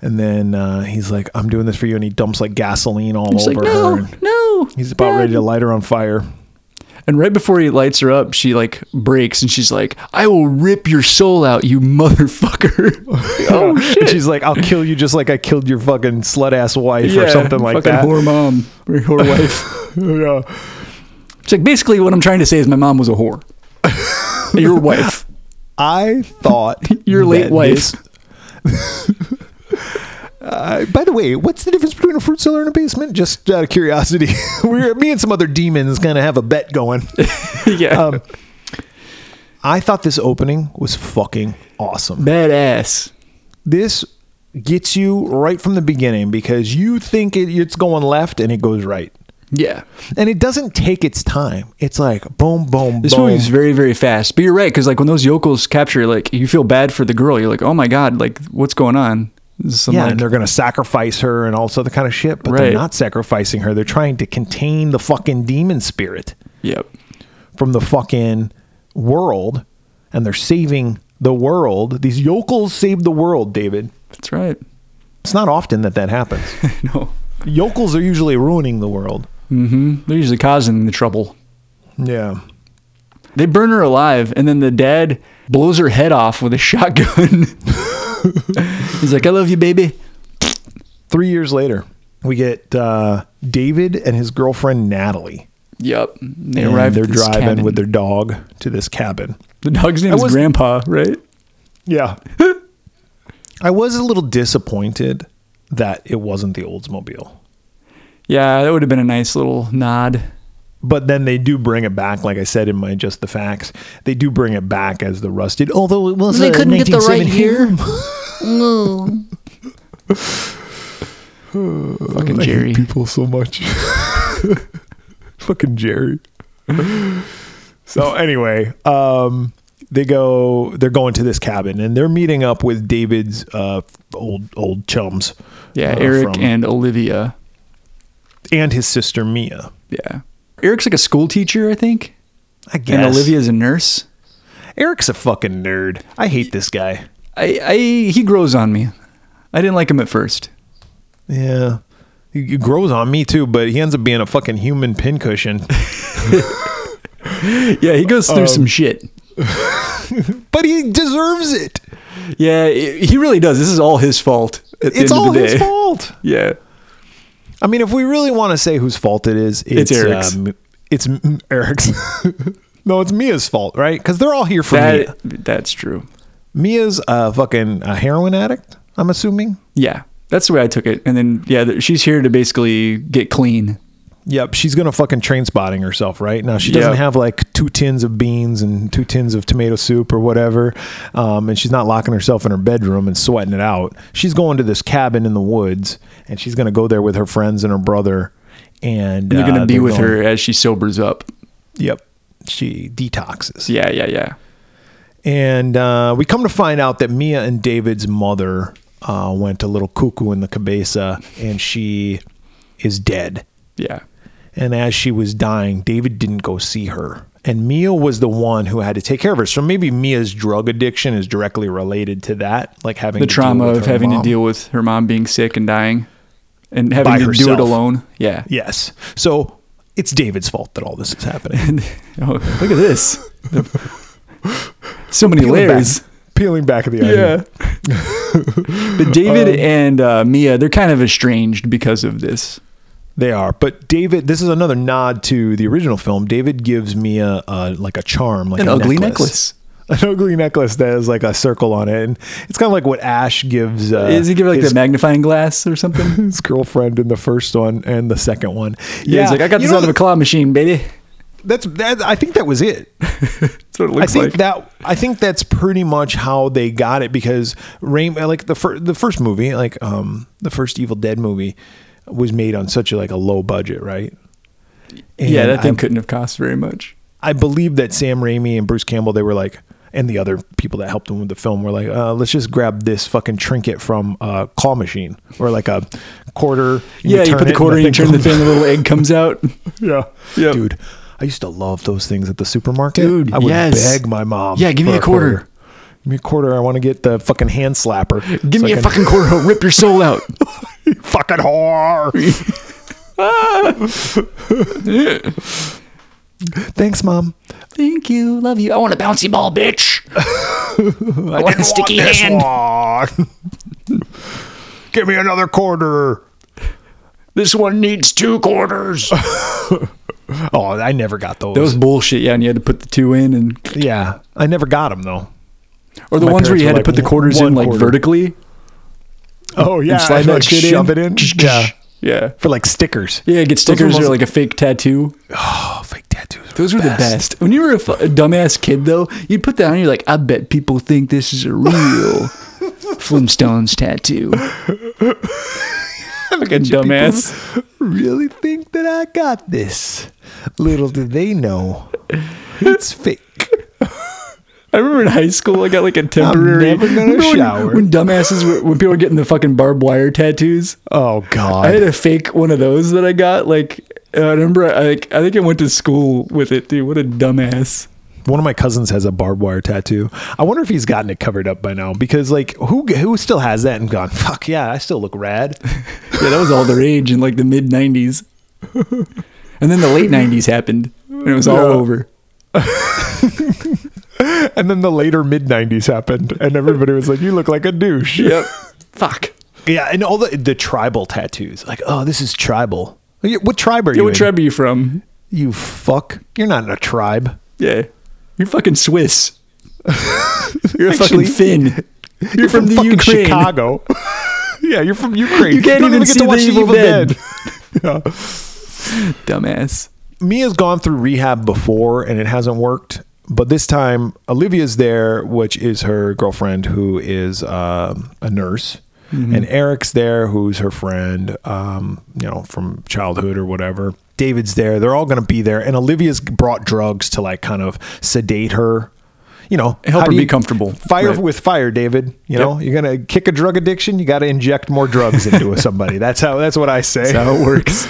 Speaker 2: And then uh, he's like, I'm doing this for you. And he dumps like gasoline all
Speaker 1: She's like,
Speaker 2: over
Speaker 1: No,
Speaker 2: her. And
Speaker 1: no.
Speaker 2: he's about
Speaker 1: Dad."
Speaker 2: ready to light her on fire.
Speaker 1: And right before he lights her up, she like breaks and she's like, I will rip your soul out, you motherfucker. oh,
Speaker 2: [laughs] And she's like, I'll kill you just like I killed your fucking slut ass wife or something like
Speaker 1: fucking
Speaker 2: that.
Speaker 1: Whore mom or [laughs] whore wife.
Speaker 2: yeah.
Speaker 1: It's like basically what I'm trying to say is my mom was a whore. Your wife.
Speaker 2: I thought
Speaker 1: [laughs] Your late
Speaker 2: that
Speaker 1: wife.
Speaker 2: this- Uh, by the way, what's the difference between a fruit cellar and a basement? Just out of curiosity, [laughs] we're me and some other demons kind of have a bet going.
Speaker 1: [laughs] yeah.
Speaker 2: Um, I thought this opening was fucking awesome.
Speaker 1: Badass.
Speaker 2: this gets you right from the beginning because you think it, it's going left and it goes right.
Speaker 1: Yeah.
Speaker 2: And it doesn't take its time. It's like boom, boom,
Speaker 1: This
Speaker 2: boom.
Speaker 1: movie's very, very fast. But you're right, because like when those yokels capture, like you feel bad for the girl. You're like, oh my god, like what's going on? This is some,
Speaker 2: yeah,
Speaker 1: like-
Speaker 2: and they're going to sacrifice her and all this other kind of shit, but they're
Speaker 1: Right.
Speaker 2: not sacrificing her. They're trying to contain the fucking demon spirit
Speaker 1: yep.
Speaker 2: from the fucking world, and they're saving the world. These yokels save the world, David.
Speaker 1: That's right. [laughs]
Speaker 2: It's not often that that happens.
Speaker 1: no.
Speaker 2: yokels are usually ruining the world.
Speaker 1: They're usually causing the trouble.
Speaker 2: Yeah.
Speaker 1: They burn her alive, and then the dad blows her head off with a shotgun. [laughs] He's like, "I love you, baby."
Speaker 2: Three years later, we get uh, David and his girlfriend Natalie.
Speaker 1: Yep. They
Speaker 2: And
Speaker 1: arrive.
Speaker 2: they're
Speaker 1: at this
Speaker 2: driving
Speaker 1: cabin.
Speaker 2: with their dog to this cabin.
Speaker 1: The dog's name
Speaker 2: I
Speaker 1: is
Speaker 2: was-
Speaker 1: Grandpa, right?
Speaker 2: Yeah. [laughs] I was a little disappointed that it wasn't the Oldsmobile.
Speaker 1: Yeah, that would have been a nice little nod.
Speaker 2: But then they do bring it back, like I said in my Just the Facts. They do bring it back as the rusted, although it was
Speaker 3: They
Speaker 2: uh,
Speaker 3: couldn't get the right
Speaker 2: 1970
Speaker 3: year.
Speaker 1: [laughs] Fucking Jerry.
Speaker 2: Uh, people so much. [laughs] Fucking Jerry. so anyway, um, they go. They're going to this cabin, and they're meeting up with David's uh, old old chums.
Speaker 1: Yeah,
Speaker 2: uh,
Speaker 1: Eric
Speaker 2: from-
Speaker 1: and Olivia.
Speaker 2: and his sister Mia.
Speaker 1: Yeah. Eric's like a school teacher, I think,
Speaker 2: I guess.
Speaker 1: and Olivia's a nurse.
Speaker 2: Eric's a fucking nerd. I hate this guy.
Speaker 1: I, I he grows on me. I didn't like him at first.
Speaker 2: Yeah. He he grows on me too, but he ends up being a fucking
Speaker 1: [laughs]
Speaker 2: human pincushion.
Speaker 1: Yeah, he goes
Speaker 2: Oh.
Speaker 1: through some shit.
Speaker 2: but he deserves it.
Speaker 1: Yeah, i- he really does. This is all his fault. At the end
Speaker 2: It's all
Speaker 1: of the
Speaker 2: his
Speaker 1: day.
Speaker 2: fault.
Speaker 1: [laughs] Yeah.
Speaker 2: I mean, if we really want to say whose fault it is,
Speaker 1: It's
Speaker 2: it's,
Speaker 1: Eric's.
Speaker 2: um, it's M- Eric's. [laughs] no, it's Mia's fault, right? Because they're all here for Mia.
Speaker 1: That, that's true.
Speaker 2: Mia's a fucking a heroin addict. I'm assuming.
Speaker 1: Yeah. That's the way I took it. And then, yeah, th- she's here to basically get clean.
Speaker 2: Yep, she's gonna fucking train spotting herself right now. She
Speaker 1: Yeah.
Speaker 2: doesn't have like two tins of beans and two tins of tomato soup or whatever, um, and she's not locking herself in her bedroom and sweating it out. She's going to this cabin in the woods, and she's gonna go there with her friends and her brother, and
Speaker 1: You're going
Speaker 2: uh,
Speaker 1: to be
Speaker 2: they're
Speaker 1: with
Speaker 2: going-
Speaker 1: her as she sobers up.
Speaker 2: Yep, she detoxes.
Speaker 1: Yeah, yeah, yeah.
Speaker 2: And uh, we come to find out that Mia and David's mother uh, went a little cuckoo in the cabeza and she is dead.
Speaker 1: Yeah.
Speaker 2: And as she was dying, David didn't go see her. And Mia was the one who had to take care of her. So maybe Mia's drug addiction is directly related to that, like having
Speaker 1: The
Speaker 2: to deal
Speaker 1: trauma
Speaker 2: with
Speaker 1: of
Speaker 2: her
Speaker 1: having
Speaker 2: mom.
Speaker 1: to deal with her mom being sick and dying and having
Speaker 2: By
Speaker 1: to do
Speaker 2: herself.
Speaker 1: it alone.
Speaker 2: [laughs]
Speaker 1: Yeah. [laughs]
Speaker 2: Yes. So it's David's fault that all this
Speaker 1: [laughs]
Speaker 2: is happening.
Speaker 1: Oh, look at this. [laughs] so many
Speaker 2: Peeling back-
Speaker 1: layers.
Speaker 2: peeling back of the onion. [laughs]
Speaker 1: but David
Speaker 2: Um,
Speaker 1: and uh, Mia, they're kind of estranged because of this.
Speaker 2: They are, but David. This is another nod to the original film. David gives Mia uh, like a charm, like
Speaker 1: An
Speaker 2: a
Speaker 1: ugly
Speaker 2: [laughs] an ugly necklace that has like a circle on it, and it's kind of like what Ash gives. Uh,
Speaker 1: Is he give like
Speaker 2: his,
Speaker 1: the magnifying glass or something? [laughs]
Speaker 2: his girlfriend in the first one and the second one?
Speaker 1: Yeah, he's like, I got
Speaker 2: You
Speaker 1: this
Speaker 2: know,
Speaker 1: out of a claw machine, baby.
Speaker 2: That's that. I think that was it.
Speaker 1: That's what it
Speaker 2: I
Speaker 1: looks
Speaker 2: think that I think that's pretty much how they got it because Rain, like the first the first movie, like um the first Evil Dead movie, was made on such a, like a low budget, right?
Speaker 1: yeah,
Speaker 2: And
Speaker 1: that thing
Speaker 2: I'm-
Speaker 1: couldn't have cost very much.
Speaker 2: I believe that Sam Raimi and Bruce Campbell, they were like, and the other people that helped him with the film were like, uh, let's just grab this fucking trinket from a claw machine or like a quarter.
Speaker 1: yeah, you
Speaker 2: turn
Speaker 1: put the
Speaker 2: it
Speaker 1: quarter
Speaker 2: and
Speaker 1: in, you turn the thing, the
Speaker 2: [laughs]
Speaker 1: little egg comes out.
Speaker 2: yeah.
Speaker 1: Yep.
Speaker 2: Dude, I used to love those things at the supermarket.
Speaker 1: Dude,
Speaker 2: I would
Speaker 1: yes.
Speaker 2: beg my mom.
Speaker 1: Yeah, give me
Speaker 2: for
Speaker 1: a quarter.
Speaker 2: Give me a quarter. I want to get the fucking hand slapper.
Speaker 1: Give
Speaker 2: so
Speaker 1: me
Speaker 2: I
Speaker 1: a
Speaker 2: can-
Speaker 1: fucking quarter, I'll rip your soul out.
Speaker 2: [laughs] fucking whore. [laughs] Thanks, mom.
Speaker 1: [laughs] Thank you, love you. I want a bouncy ball,
Speaker 2: [laughs]
Speaker 1: bitch. I want a sticky hand.
Speaker 2: [laughs] Give me another quarter.
Speaker 1: This one needs two
Speaker 2: [laughs]
Speaker 1: quarters.
Speaker 2: Oh, I never got those.
Speaker 1: That was bullshit. Yeah, and you had to put the two in, and
Speaker 2: yeah, I never got them though.
Speaker 1: or the
Speaker 2: My
Speaker 1: ones where
Speaker 2: parents
Speaker 1: you had
Speaker 2: were
Speaker 1: to put
Speaker 2: like,
Speaker 1: the quarters
Speaker 2: "One
Speaker 1: in like
Speaker 2: quarter."
Speaker 1: vertically.
Speaker 2: Oh yeah,
Speaker 1: and slide that
Speaker 2: like,
Speaker 1: shit
Speaker 2: shove
Speaker 1: in.
Speaker 2: it in. yeah,
Speaker 1: Yeah.
Speaker 2: for like stickers.
Speaker 1: Yeah, get
Speaker 2: Those were
Speaker 1: stickers or
Speaker 2: most-
Speaker 1: like a fake tattoo.
Speaker 2: Oh, fake tattoos.
Speaker 1: Those were the best. When you were a, fu- a dumbass kid, though, you'd put that on. You're like, I bet people think this is a real
Speaker 2: [laughs]
Speaker 1: Flintstones tattoo. like a
Speaker 2: [laughs]
Speaker 1: dumbass.
Speaker 2: Really think that I got this? Little do they know, [laughs] it's fake.
Speaker 1: I remember in high school, I got like a temporary.
Speaker 2: never gonna
Speaker 1: Remember when-
Speaker 2: shower.
Speaker 1: When, dumbasses, were, when people were getting the fucking barbed wire tattoos.
Speaker 2: Oh God.
Speaker 1: I had a fake one of those that I got. Like, uh, I remember, I, like, I think I went to school with it, dude. What a dumbass.
Speaker 2: One of my cousins has a barbed wire tattoo. I wonder if he's gotten it covered up by now because like who who still has that and gone, fuck yeah, I still look rad.
Speaker 1: Yeah, that was all the rage in like the mid '90s, and then the late '90s happened, and it was all over.
Speaker 2: and then the later mid 90s happened, and everybody was like, You look like a douche.
Speaker 1: Yep. Fuck.
Speaker 2: Yeah, and all the, the tribal tattoos. Like, oh, this is tribal. Like, What tribe are you?
Speaker 1: What
Speaker 2: in?
Speaker 1: tribe are you from?
Speaker 2: You fuck. You're not in a tribe.
Speaker 1: Yeah. You're fucking [laughs] Swiss. You're a fucking
Speaker 2: Actually,
Speaker 1: Finn. You're, from, the
Speaker 2: fucking
Speaker 1: Ukraine.
Speaker 2: [laughs] Chicago. yeah, you're from Ukraine.
Speaker 1: You can't
Speaker 2: don't
Speaker 1: even
Speaker 2: get
Speaker 1: see
Speaker 2: to
Speaker 1: the
Speaker 2: watch
Speaker 1: Evil Dead.
Speaker 2: Dead. yeah.
Speaker 1: Dumbass.
Speaker 2: Mia's gone through rehab before and it hasn't worked. But this time, Olivia's there, which is her girlfriend, who is um, a nurse,
Speaker 1: Mm-hmm.
Speaker 2: and Eric's there, who's her friend, um, you know, from childhood or whatever. David's there. They're all going to be there, and Olivia's brought drugs to like kind of sedate her. You know,
Speaker 1: Help
Speaker 2: how
Speaker 1: her
Speaker 2: do
Speaker 1: be
Speaker 2: you-
Speaker 1: comfortable.
Speaker 2: Fire
Speaker 1: Right.
Speaker 2: with fire, David. You know, you're gonna kick a drug addiction. You got to inject more drugs
Speaker 1: [laughs]
Speaker 2: into somebody. That's how. That's what I say
Speaker 1: That's how it [laughs] works.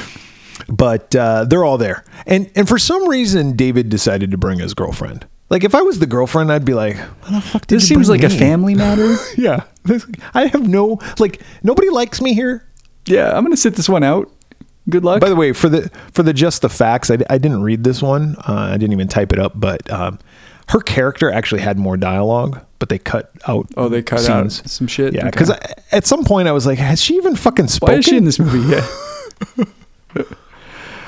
Speaker 2: but uh, they're all there. And and for some reason, David decided to bring his girlfriend. Like if I was the girlfriend, I'd be like, "What the fuck did
Speaker 1: This
Speaker 2: you
Speaker 1: seems
Speaker 2: bring
Speaker 1: like a
Speaker 2: me?"
Speaker 1: family matter.
Speaker 2: [laughs] Yeah, This- I have no like nobody likes me here.
Speaker 1: [laughs] yeah, I'm gonna sit this one out. Good luck.
Speaker 2: By the way, for the for the just the facts, I, I didn't read this one. Uh, I didn't even type it up. But um, her character actually had more dialogue, but they cut out.
Speaker 1: Oh, they cut out some shit?
Speaker 2: Yeah,
Speaker 1: Okay.
Speaker 2: because at some point I was like, has she even fucking spoken?
Speaker 1: Why is she in this movie? Yeah. [laughs]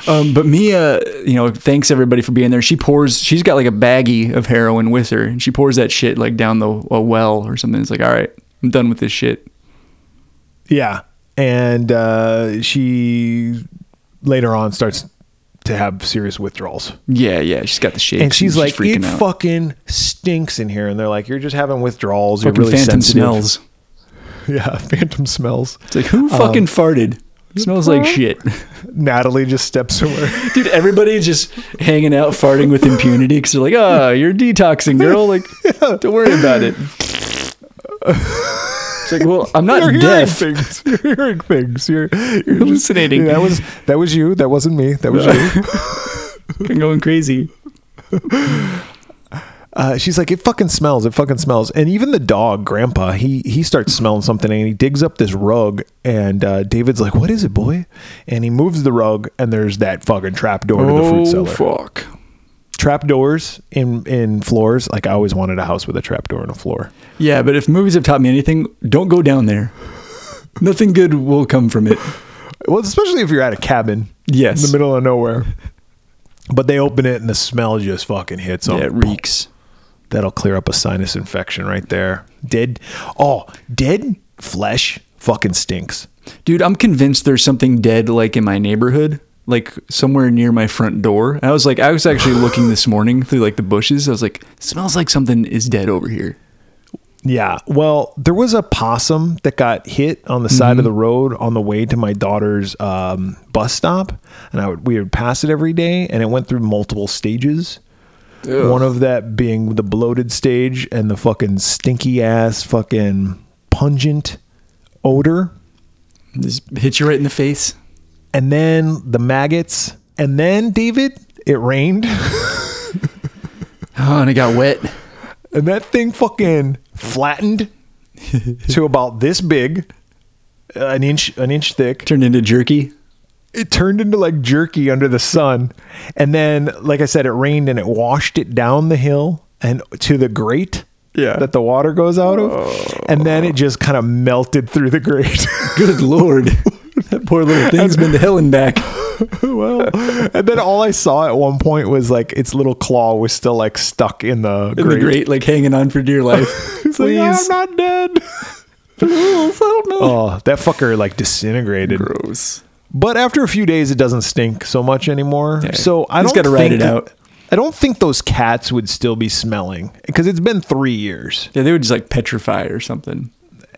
Speaker 1: um, but Mia, you know, thanks everybody for being there. She pours. She's got like a baggie of heroin with her, and she pours that shit like down the a well or something. It's like, all right, I'm done with this shit.
Speaker 2: Yeah. And uh, she later on starts to have serious withdrawals.
Speaker 1: Yeah, yeah. She's got the shakes,
Speaker 2: And she's like,
Speaker 1: freaking
Speaker 2: it
Speaker 1: out.
Speaker 2: fucking stinks in here. And they're like, you're just having withdrawals.
Speaker 1: fucking
Speaker 2: you're really
Speaker 1: phantom
Speaker 2: sensitive.
Speaker 1: smells.
Speaker 2: [laughs] Yeah, phantom smells.
Speaker 1: It's like [laughs] who fucking farted? smells like shit. [laughs]
Speaker 2: Natalie just steps over.
Speaker 1: Dude, everybody just hanging out farting with impunity because they're like, oh, you're detoxing, girl. [laughs] Like, don't worry about [laughs] it. It's like, well, I'm
Speaker 2: [laughs] you're
Speaker 1: not
Speaker 2: hearing
Speaker 1: deaf.
Speaker 2: things. [laughs] You're hearing things. You're, you're just-
Speaker 1: Hallucinating.
Speaker 2: that was that was you. That wasn't me. That was you.
Speaker 1: [laughs] I'm going crazy.
Speaker 2: Uh, she's like, it fucking smells. It fucking smells. And even the dog, Grandpa, he he starts smelling something, and he digs up this rug. And uh, David's like, "What is it, boy?" And he moves the rug, and there's that fucking trap door to the fruit cellar.
Speaker 1: Oh, fuck.
Speaker 2: Trap doors in in floors. Like I always wanted a house with a trap door and a floor.
Speaker 1: Yeah, but if movies have taught me anything, don't go down there. Nothing good will come from it.
Speaker 2: Well, especially if you're at a cabin.
Speaker 1: Yes.
Speaker 2: [laughs] in the middle of nowhere. But they open it, and the smell just fucking hits on.
Speaker 1: Yeah, it reeks.
Speaker 2: That'll clear up a sinus infection right there. Dead. Oh, dead flesh fucking stinks.
Speaker 1: Dude, I'm convinced there's something dead like in my neighborhood, like somewhere near my front door. I was like, I was actually looking this morning through like the bushes. I was like, smells like something is dead over here.
Speaker 2: Yeah. Well, there was a possum that got hit on the side of the road on the way to my daughter's um, bus stop, and I would we would pass it every day, and it went through multiple stages. One of that being the bloated stage and the fucking stinky ass fucking pungent odor,
Speaker 1: Just hit you right in the face.
Speaker 2: and then the maggots, and then David, it rained, [laughs]
Speaker 1: Oh, and it got wet.
Speaker 2: and that thing fucking flattened to about this big, an inch an inch thick.
Speaker 1: Turned into jerky.
Speaker 2: it turned into like jerky under the sun. And then, like I said, it rained and it washed it down the hill and to the grate
Speaker 1: Yeah.
Speaker 2: that the water goes out of. And then it just kind of melted through the grate. [laughs]
Speaker 1: Good lord. [laughs] that poor little thing's been to hell and back.
Speaker 2: well, and then all I saw at one point was like its little claw was still like stuck in the
Speaker 1: In
Speaker 2: grate.
Speaker 1: the grate, like hanging on for dear life.
Speaker 2: [laughs] It's like, "Ah,
Speaker 1: Please.
Speaker 2: I'm not dead. [laughs] oh, that fucker like disintegrated.
Speaker 1: Gross.
Speaker 2: But after a few days, it doesn't stink so much anymore.
Speaker 1: Yeah.
Speaker 2: So I
Speaker 1: You
Speaker 2: don't
Speaker 1: just gotta ride
Speaker 2: think
Speaker 1: it out.
Speaker 2: I don't think those cats would still be smelling because it's been three years.
Speaker 1: Yeah, they would just like petrify or something.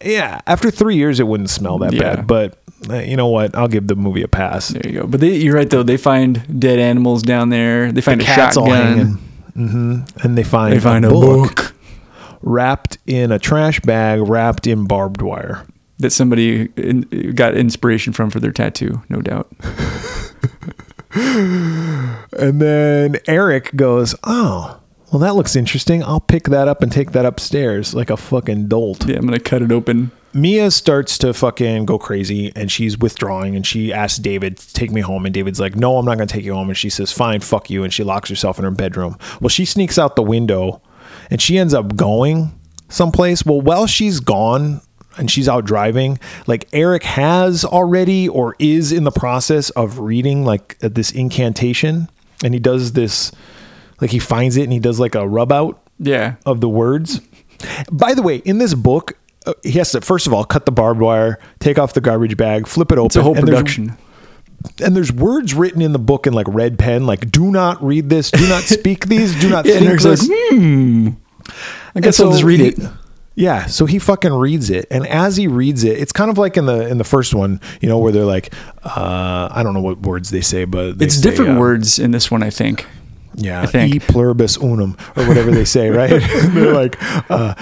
Speaker 2: Yeah, after three years, it wouldn't smell that
Speaker 1: Yeah.
Speaker 2: bad. But uh, you know what? I'll give the movie a pass.
Speaker 1: There you go. But they, you're right though. They find dead animals down there. They find a
Speaker 2: Cats all hanging,
Speaker 1: shotgun.
Speaker 2: mm-hmm. and they find
Speaker 1: They find a book.
Speaker 2: wrapped in a trash bag, wrapped in barbed wire.
Speaker 1: that somebody in, got inspiration from for their tattoo, no [laughs] doubt.
Speaker 2: And then Eric goes, "Oh, Well, that looks interesting. I'll pick that up and take that upstairs like a fucking dolt.
Speaker 1: Yeah, I'm gonna cut it open.
Speaker 2: Mia starts to fucking go crazy and she's withdrawing and she asks David, take me home. And David's like, no, I'm not going to take you home. And she says, fine, fuck you. And she locks herself in her bedroom. Well, she sneaks out the window and she ends up going someplace. Well, while she's gone and she's out driving, like Eric has already or is in the process of reading like this incantation. And he does this, like he finds it and he does like a rub out
Speaker 1: Yeah.
Speaker 2: of the words. By the way, in this book, uh, he has to first of all cut the barbed wire, take off the garbage bag, flip it open.
Speaker 1: It's a whole
Speaker 2: and
Speaker 1: production.
Speaker 2: There's, and there's words written in the book in like red pen, like "Do not read this, do not speak these, do
Speaker 1: [laughs]
Speaker 2: not
Speaker 1: Yeah, and
Speaker 2: think
Speaker 1: Eric's like,
Speaker 2: this."
Speaker 1: hmm. I guess
Speaker 2: And
Speaker 1: I'll
Speaker 2: so
Speaker 1: just read
Speaker 2: he-
Speaker 1: it.
Speaker 2: Yeah, so he fucking reads it, and as he reads it, it's kind of like in the in the first one, you know, where they're like, uh, I don't know what words they say, but they
Speaker 1: It's
Speaker 2: say,
Speaker 1: different
Speaker 2: uh,
Speaker 1: words in this one, I think.
Speaker 2: Yeah,
Speaker 1: think.
Speaker 2: e pluribus unum or whatever they say,
Speaker 1: [laughs]
Speaker 2: right? [laughs] And they're like, uh,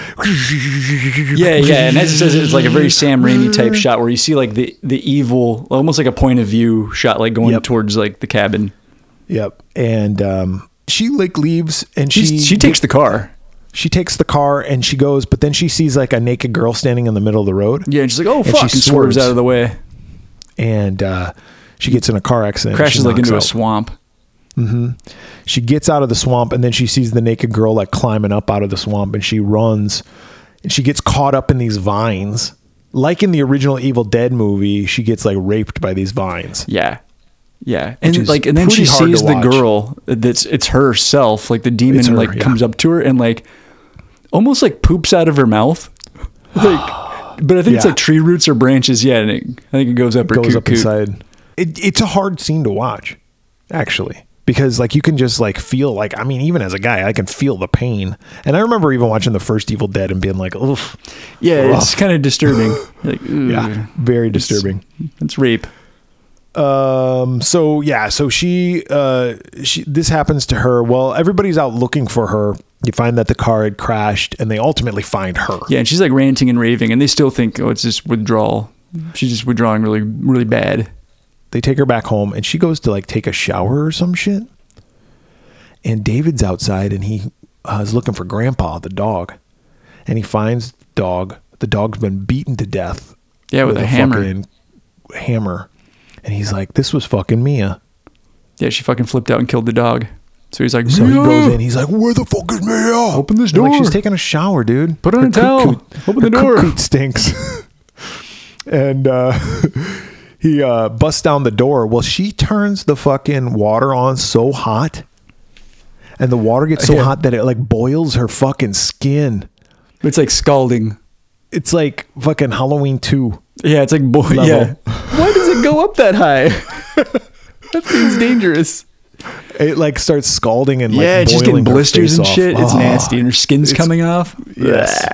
Speaker 1: Yeah, yeah, and as it says, it's like a very Sam Raimi type shot where you see like the the evil, almost like a point of view shot, like going
Speaker 2: Yep.
Speaker 1: towards like the cabin.
Speaker 2: Yep. And um, she like leaves and she
Speaker 1: She she takes the car.
Speaker 2: she takes the car and she goes, but then she sees like a naked girl standing in the middle of the road.
Speaker 1: Yeah, and she's like, oh
Speaker 2: she
Speaker 1: fuck, and swerves
Speaker 2: swerves.
Speaker 1: out of the way,
Speaker 2: And uh, she gets in a car accident.
Speaker 1: crashes
Speaker 2: She
Speaker 1: like
Speaker 2: knocks
Speaker 1: into a
Speaker 2: out.
Speaker 1: swamp.
Speaker 2: She gets out of the swamp and then she sees the naked girl like climbing up out of the swamp and she runs and she gets caught up in these vines. Like in the original Evil Dead movie, she gets like raped by these vines.
Speaker 1: Yeah, yeah, and
Speaker 2: is
Speaker 1: like, and then
Speaker 2: pretty
Speaker 1: she
Speaker 2: hard to
Speaker 1: sees the
Speaker 2: watch.
Speaker 1: girl that's it's herself, like the demon,
Speaker 2: It's her,
Speaker 1: like
Speaker 2: yeah.
Speaker 1: comes up to her and like almost like poops out of her
Speaker 2: [gasps]
Speaker 1: mouth, like. But I think it's
Speaker 2: Yeah.
Speaker 1: like tree roots or branches. Yeah, and it, I think it goes up. Or
Speaker 2: goes up
Speaker 1: coot-coot.
Speaker 2: inside. It, it's a hard scene to watch, actually, because like you can just like feel like I mean, even as a guy, I can feel the pain. And I remember even watching the first Evil Dead and being like, "Oof,
Speaker 1: Yeah,
Speaker 2: Rough.
Speaker 1: it's kind of
Speaker 2: [laughs]
Speaker 1: disturbing. like,
Speaker 2: yeah,
Speaker 1: yeah,
Speaker 2: very disturbing."
Speaker 1: it's rape.
Speaker 2: Um, so yeah, so she, uh, she, this happens to her. Well, everybody's out looking for her. You find that the car had crashed, and they ultimately find her.
Speaker 1: Yeah, and she's like ranting and raving, and they still think, oh, it's just withdrawal. She's just withdrawing really, really bad.
Speaker 2: They take her back home and she goes to like take a shower or some shit. And David's outside and he uh, is looking for Grandpa, the dog. And he finds the dog. The dog's been beaten to death.
Speaker 1: Yeah, with a hammer.
Speaker 2: fucking hammer. And he's like, this was fucking Mia.
Speaker 1: Yeah, she fucking flipped out and killed the dog. So he's like,
Speaker 2: So he
Speaker 1: "Yeah,
Speaker 2: goes in. He's like, where the fuck is Mia?
Speaker 1: Open this
Speaker 2: They're Like,
Speaker 1: door.
Speaker 2: She's taking a shower, dude.
Speaker 1: Put on a towel. Open the
Speaker 2: her
Speaker 1: door."
Speaker 2: coot-coot stinks. [laughs] and uh, [laughs] he uh, busts down the door. Well, she turns the fucking water on so hot, and the water gets so
Speaker 1: Yeah.
Speaker 2: hot that it like boils her fucking skin.
Speaker 1: It's like scalding.
Speaker 2: It's like fucking Halloween two.
Speaker 1: Yeah, it's like boy. Yeah. [laughs] Why does it go up that [laughs] high? that seems dangerous.
Speaker 2: It like starts scalding and like
Speaker 1: yeah, it's just
Speaker 2: boiling
Speaker 1: getting
Speaker 2: her
Speaker 1: blisters
Speaker 2: face
Speaker 1: and
Speaker 2: off.
Speaker 1: shit. It's
Speaker 2: Ah.
Speaker 1: nasty, and her skin's coming off.
Speaker 2: Yes.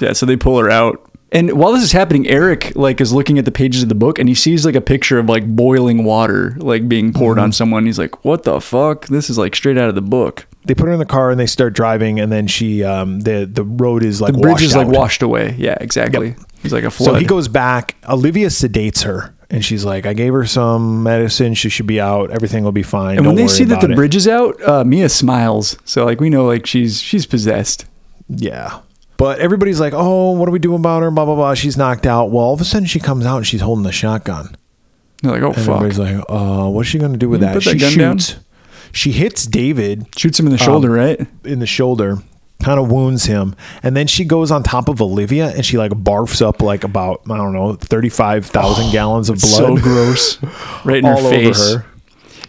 Speaker 1: Yeah, so they pull her out. And while this is happening, Eric like is looking at the pages of the book and he sees like a picture of like boiling water like being poured on someone. He's like, "What the fuck? This is like straight out of the book."
Speaker 2: They put her in the car and they start driving, and then she um the the road is like
Speaker 1: The bridge
Speaker 2: washed
Speaker 1: is like
Speaker 2: out.
Speaker 1: washed away. Yeah, exactly.
Speaker 2: Yep.
Speaker 1: He's like a flood.
Speaker 2: So he goes back. Olivia sedates her, and she's like, "I gave her some medicine. She should be out. Everything will be fine."
Speaker 1: and when
Speaker 2: Don't
Speaker 1: they
Speaker 2: worry
Speaker 1: see that
Speaker 2: about
Speaker 1: the
Speaker 2: it."
Speaker 1: bridge is out, uh, Mia smiles. So like we know like she's she's possessed.
Speaker 2: yeah. But everybody's like, "Oh, what do we do about her?" Blah blah blah. She's knocked out. Well, all of a sudden she comes out and she's holding a shotgun.
Speaker 1: They're like, "Oh
Speaker 2: And
Speaker 1: fuck!"
Speaker 2: everybody's like, "Uh, what's she going to do with
Speaker 1: You
Speaker 2: that?"
Speaker 1: put that
Speaker 2: she
Speaker 1: gun down?
Speaker 2: shoots. She hits David
Speaker 1: Shoots him in the shoulder,
Speaker 2: um,
Speaker 1: right?
Speaker 2: in the shoulder. Kind of wounds him, and then she goes on top of Olivia, and she like barfs up like about I don't know thirty five thousand gallons of blood.
Speaker 1: Oh, So
Speaker 2: [laughs]
Speaker 1: gross, right in
Speaker 2: All
Speaker 1: her
Speaker 2: over
Speaker 1: face.
Speaker 2: her.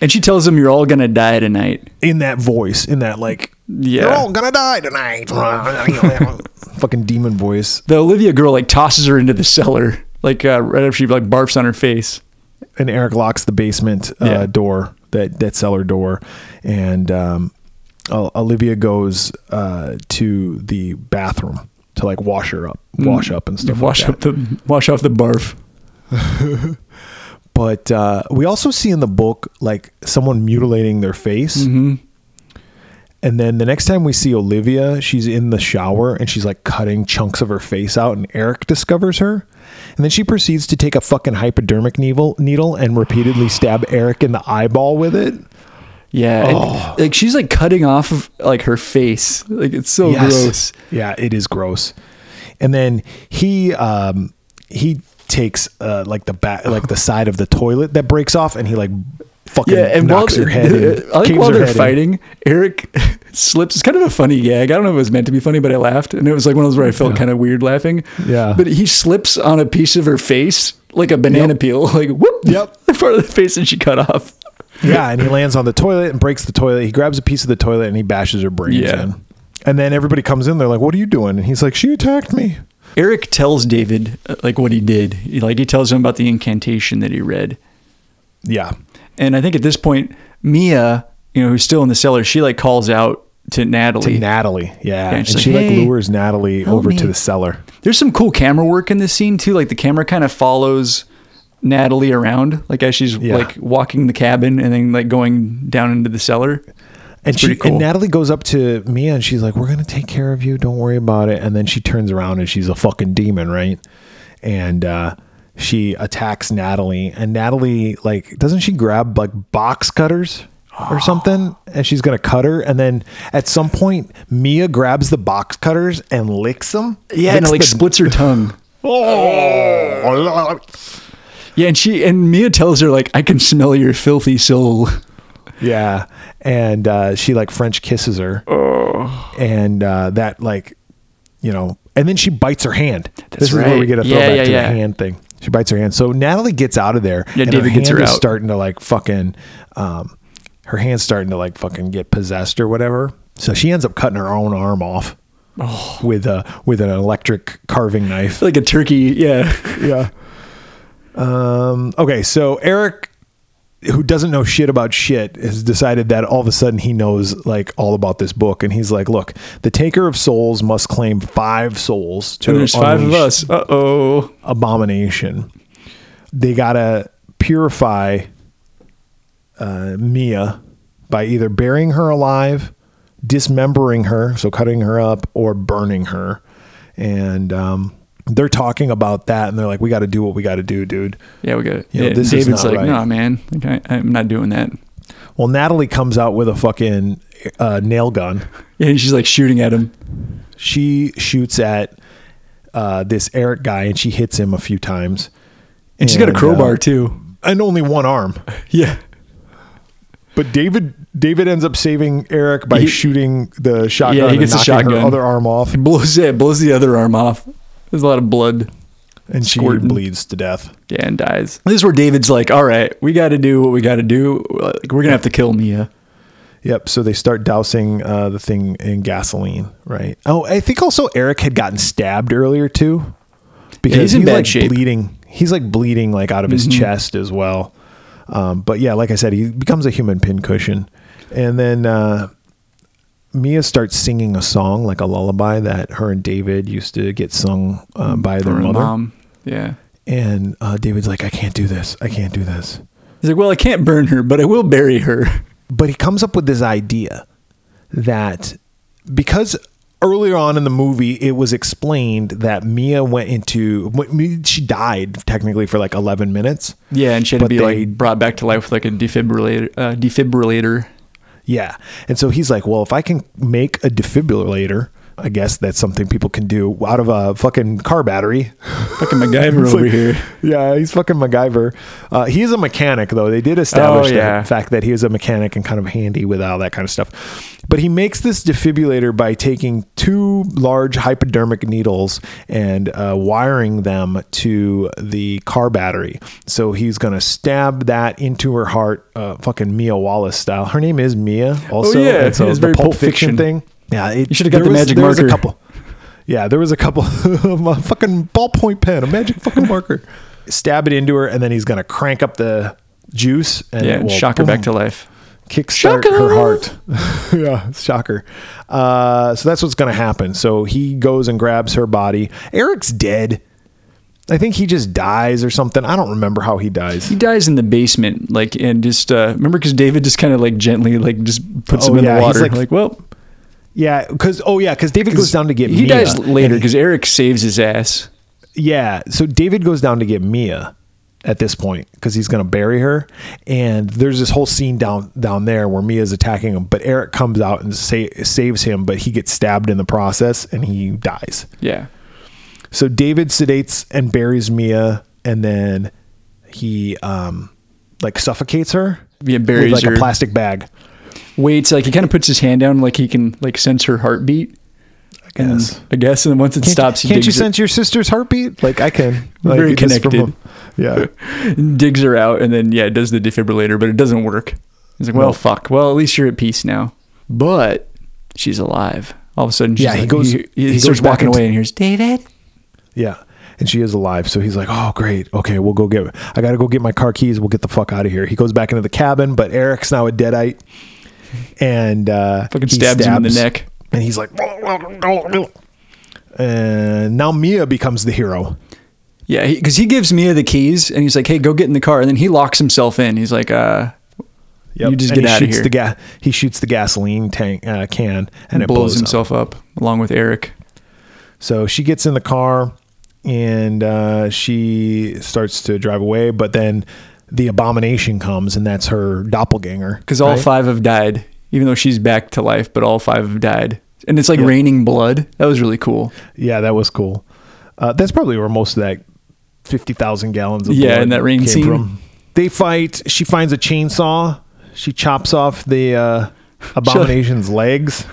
Speaker 1: And she tells him, "You're all gonna die tonight."
Speaker 2: in that voice, in that like,
Speaker 1: Yeah.
Speaker 2: you're all gonna die tonight. [laughs] Fucking demon voice.
Speaker 1: The Olivia girl like tosses her into the cellar, like uh, right after she like barfs on her face.
Speaker 2: And Eric locks the basement uh,
Speaker 1: Yeah.
Speaker 2: door, that that cellar door, and um, O- Olivia goes uh, to the bathroom to like wash her up, Mm. wash up and stuff.
Speaker 1: wash
Speaker 2: like that.
Speaker 1: up the wash off the barf.
Speaker 2: But uh, we also see in the book like someone mutilating their face. And then the next time we see Olivia, she's in the shower and she's like cutting chunks of her face out, and Eric discovers her. And then she proceeds to take a fucking hypodermic needle, needle and repeatedly stab Eric in the eyeball with it.
Speaker 1: Yeah, and,
Speaker 2: Oh.
Speaker 1: like she's like cutting off of, like her face. Like it's so gross.
Speaker 2: Yeah, it is gross. And then he um he takes uh like the back like the side of the toilet that breaks off and he like fucking
Speaker 1: Yeah, and while,
Speaker 2: knocks her head in,
Speaker 1: [laughs] I like
Speaker 2: caves
Speaker 1: while
Speaker 2: her
Speaker 1: they're
Speaker 2: head in.
Speaker 1: fighting, Eric [laughs] slips. It's kind of a funny gag. I don't know if it was meant to be funny, but I laughed, and it was like one of those where I felt kind of weird laughing.
Speaker 2: Yeah.
Speaker 1: but he slips on a piece of her face like a banana peel, [laughs] like whoop,
Speaker 2: Yep.
Speaker 1: the part of the face that she cut off.
Speaker 2: Yeah, and he lands on the toilet and breaks the toilet. He grabs a piece of the toilet and he bashes her brains
Speaker 1: Yeah.
Speaker 2: in. And then everybody comes in. They're like, "What are you doing?" And he's like, "She attacked me."
Speaker 1: Eric tells David uh, like what he did. He, like he tells him about the incantation that he read.
Speaker 2: Yeah,
Speaker 1: And I think at this point, Mia, you know, who's still in the cellar, she like calls out to
Speaker 2: to
Speaker 1: Natalie.
Speaker 2: Natalie. Yeah, and
Speaker 1: she's
Speaker 2: she
Speaker 1: like,
Speaker 2: like
Speaker 1: "Hey,
Speaker 2: lures Natalie over to
Speaker 1: me."
Speaker 2: the cellar.
Speaker 1: There's some cool camera work in this scene too. Like the camera kind of follows Natalie around, like as she's
Speaker 2: Yeah.
Speaker 1: like walking the cabin and then like going down into the cellar.
Speaker 2: And she
Speaker 1: pretty cool.
Speaker 2: and Natalie goes up to Mia and she's like, "We're gonna take care of you. Don't worry about it." And then she turns around and she's a fucking demon, right? And uh, she attacks Natalie. And Natalie like doesn't she grab like box cutters or
Speaker 1: Ah.
Speaker 2: something? And she's gonna cut her. And then at some point, Mia grabs the box cutters and licks them.
Speaker 1: Yeah, and it, like
Speaker 2: Licks the-
Speaker 1: splits her tongue.
Speaker 2: [laughs] Oh,
Speaker 1: Yeah, and she and Mia tells her like, "I can smell your filthy soul." [laughs]
Speaker 2: Yeah, and uh, she like French kisses her, and uh, that like, you know, and then she bites her hand. this is where
Speaker 1: right.
Speaker 2: we get a
Speaker 1: Yeah,
Speaker 2: throwback
Speaker 1: yeah,
Speaker 2: to
Speaker 1: yeah.
Speaker 2: the hand thing. She bites her hand. So Natalie gets out of there.
Speaker 1: Yeah,
Speaker 2: and her
Speaker 1: David gets
Speaker 2: hand
Speaker 1: her
Speaker 2: is
Speaker 1: out.
Speaker 2: Starting to like fucking, um, her hand's starting to like fucking get possessed or whatever. So she ends up cutting her own arm off with a with an electric carving knife.
Speaker 1: Like a turkey. Yeah,
Speaker 2: yeah. Um. Okay. So Eric, who doesn't know shit about shit, has decided that all of a sudden he knows like all about this book, and he's like, "Look, the Taker of Souls must claim five souls
Speaker 1: [laughs]
Speaker 2: to
Speaker 1: and there's five of
Speaker 2: unleash
Speaker 1: us. Uh oh.
Speaker 2: abomination. They gotta purify uh, Mia by either burying her alive, dismembering her, so cutting her up, or burning her. And um, they're talking about that, and they're like, "We got to do what we got to do, dude."
Speaker 1: Yeah, we got it.
Speaker 2: You know,
Speaker 1: Yeah,
Speaker 2: this is
Speaker 1: David's
Speaker 2: not
Speaker 1: like,
Speaker 2: right.
Speaker 1: "No, man, like, I, I'm not doing that."
Speaker 2: Well, Natalie comes out with a fucking uh, nail gun.
Speaker 1: Yeah, and she's like shooting at him.
Speaker 2: She shoots at uh, this Eric guy, and she hits him a few times.
Speaker 1: And she's got a
Speaker 2: And, uh,
Speaker 1: crowbar too.
Speaker 2: and only one arm.
Speaker 1: Yeah.
Speaker 2: But David David ends up saving Eric by
Speaker 1: He-
Speaker 2: shooting the shotgun
Speaker 1: Yeah, he
Speaker 2: and
Speaker 1: gets a
Speaker 2: knocking her
Speaker 1: shotgun.
Speaker 2: other arm off,
Speaker 1: It blows it blows the other arm off. There's a lot of blood.
Speaker 2: and she
Speaker 1: Squirtin'.
Speaker 2: bleeds to death.
Speaker 1: Yeah, and dies. This is where David's like, "All right, we got to do what we got to do. Like, we're gonna have to kill Mia."
Speaker 2: Yep. So they start dousing uh, the thing in gasoline, right? Oh, I think also Eric had gotten stabbed earlier too, because
Speaker 1: he's in bad
Speaker 2: like
Speaker 1: shape.
Speaker 2: bleeding. He's like bleeding like out of his chest as well. Um, but yeah, like I said, he becomes a human pincushion, and then uh, Mia starts singing a song like a lullaby that her and David used to get sung uh, by their
Speaker 1: Or
Speaker 2: mother.
Speaker 1: mom. Yeah.
Speaker 2: And uh, David's like, I can't do this. I can't do this.
Speaker 1: He's like, "Well, I can't burn her, but I will bury her."
Speaker 2: But he comes up with this idea that because earlier on in the movie, it was explained that Mia went into, when- she died technically for like 11 minutes.
Speaker 1: Yeah, and she had
Speaker 2: But
Speaker 1: to be
Speaker 2: they-
Speaker 1: like brought back to life with like a defibrillator. Uh, defibrillator.
Speaker 2: Yeah. And so he's like, well, if I can make a defibrillator, I guess that's something people can do out of a fucking car battery.
Speaker 1: Fucking MacGyver
Speaker 2: It's [laughs]
Speaker 1: over
Speaker 2: like-
Speaker 1: here.
Speaker 2: Yeah, he's fucking MacGyver. Uh, he is a mechanic, though. They did establish
Speaker 1: Oh,
Speaker 2: that
Speaker 1: yeah.
Speaker 2: fact that he is a mechanic and kind of handy with all that kind of stuff. But he makes this defibrillator by taking two large hypodermic needles and uh, wiring them to the car battery. So he's going to stab that into her heart, uh, fucking Mia Wallace style. Her name is Mia, also.
Speaker 1: Oh, yeah,
Speaker 2: and so
Speaker 1: it is
Speaker 2: the
Speaker 1: very
Speaker 2: Pulp
Speaker 1: Pulp Fiction.
Speaker 2: Fiction thing. Yeah, it,
Speaker 1: You should've got
Speaker 2: there
Speaker 1: the
Speaker 2: was-
Speaker 1: magic
Speaker 2: there was a
Speaker 1: marker.
Speaker 2: couple. Yeah, there was a couple [laughs] of a fucking ballpoint pen, a magic fucking marker. [laughs] Stab it into her, and then he's gonna crank up the juice and
Speaker 1: Yeah,
Speaker 2: it
Speaker 1: and
Speaker 2: will,
Speaker 1: shock her back to
Speaker 2: boom,
Speaker 1: life.
Speaker 2: kickstart
Speaker 1: Shocker.
Speaker 2: her heart. [laughs] yeah, shocker. Uh, so that's what's gonna happen. So he goes and grabs her body. Eric's dead. I think he just dies or something. I don't remember how he dies.
Speaker 1: He dies in the basement, like, and just uh, remember because David just kind of like gently, like, just puts
Speaker 2: Oh,
Speaker 1: him in
Speaker 2: yeah,
Speaker 1: the
Speaker 2: he's
Speaker 1: water.
Speaker 2: like-
Speaker 1: Like, well,
Speaker 2: Yeah, because oh yeah, because David goes down to get
Speaker 1: he
Speaker 2: Mia.
Speaker 1: dies
Speaker 2: and
Speaker 1: later
Speaker 2: he-
Speaker 1: because Eric saves his ass.
Speaker 2: Yeah. So David goes down to get Mia at this point because he's going to bury her. And there's this whole scene down down there where Mia's attacking him, but Eric comes out and sa- saves him, but he gets stabbed in the process and he dies.
Speaker 1: Yeah.
Speaker 2: So David sedates and buries Mia, and then he um like suffocates her.
Speaker 1: Yeah, buries
Speaker 2: with like
Speaker 1: her.
Speaker 2: a plastic bag.
Speaker 1: Waits like he kind of puts his hand down like he can like sense her heartbeat. I
Speaker 2: guess.
Speaker 1: I guess, and then once it stops, he
Speaker 2: Can't
Speaker 1: digs
Speaker 2: you
Speaker 1: it.
Speaker 2: sense your sister's heartbeat? Like I can. Like,
Speaker 1: Very
Speaker 2: it is from
Speaker 1: connected.
Speaker 2: a- yeah.
Speaker 1: digs her out and then yeah it does the defibrillator but it doesn't work he's like well fuck well at least you're at peace now but she's alive all of a sudden she's
Speaker 2: Yeah, he
Speaker 1: like-
Speaker 2: goes-
Speaker 1: he, he
Speaker 2: he
Speaker 1: starts
Speaker 2: goes back
Speaker 1: walking
Speaker 2: into-
Speaker 1: away and hears david
Speaker 2: Yeah. And she is alive. So he's like, oh, great. Okay, we'll go get, I got to go get my car keys. We'll get the fuck out of here. He goes back into the cabin, but Eric's now a deadite. And uh,
Speaker 1: Fucking
Speaker 2: he
Speaker 1: stabs him in the neck.
Speaker 2: And he's like, and now Mia becomes the hero.
Speaker 1: yeah because he, gives mia the keys and he's like hey go get in the car and then he locks himself in he's like uh You just
Speaker 2: And
Speaker 1: get
Speaker 2: he
Speaker 1: outta
Speaker 2: shoots
Speaker 1: here.
Speaker 2: The ga- he shoots the gasoline tank uh, can and it
Speaker 1: blows
Speaker 2: blows, up.
Speaker 1: himself up. along with eric
Speaker 2: So she gets in the car and uh, she starts to drive away, but then the abomination comes and that's her doppelganger.
Speaker 1: because all
Speaker 2: right?
Speaker 1: five have died even though she's back to life but all five have died and it's like raining blood that was really cool
Speaker 2: Yeah, that was cool. Uh, that's probably where most of that fifty thousand gallons of
Speaker 1: Yeah,
Speaker 2: blood
Speaker 1: in that rain
Speaker 2: came
Speaker 1: scene.
Speaker 2: from. They fight. She finds a chainsaw. She chops off
Speaker 1: [laughs]
Speaker 2: the uh, abomination's legs.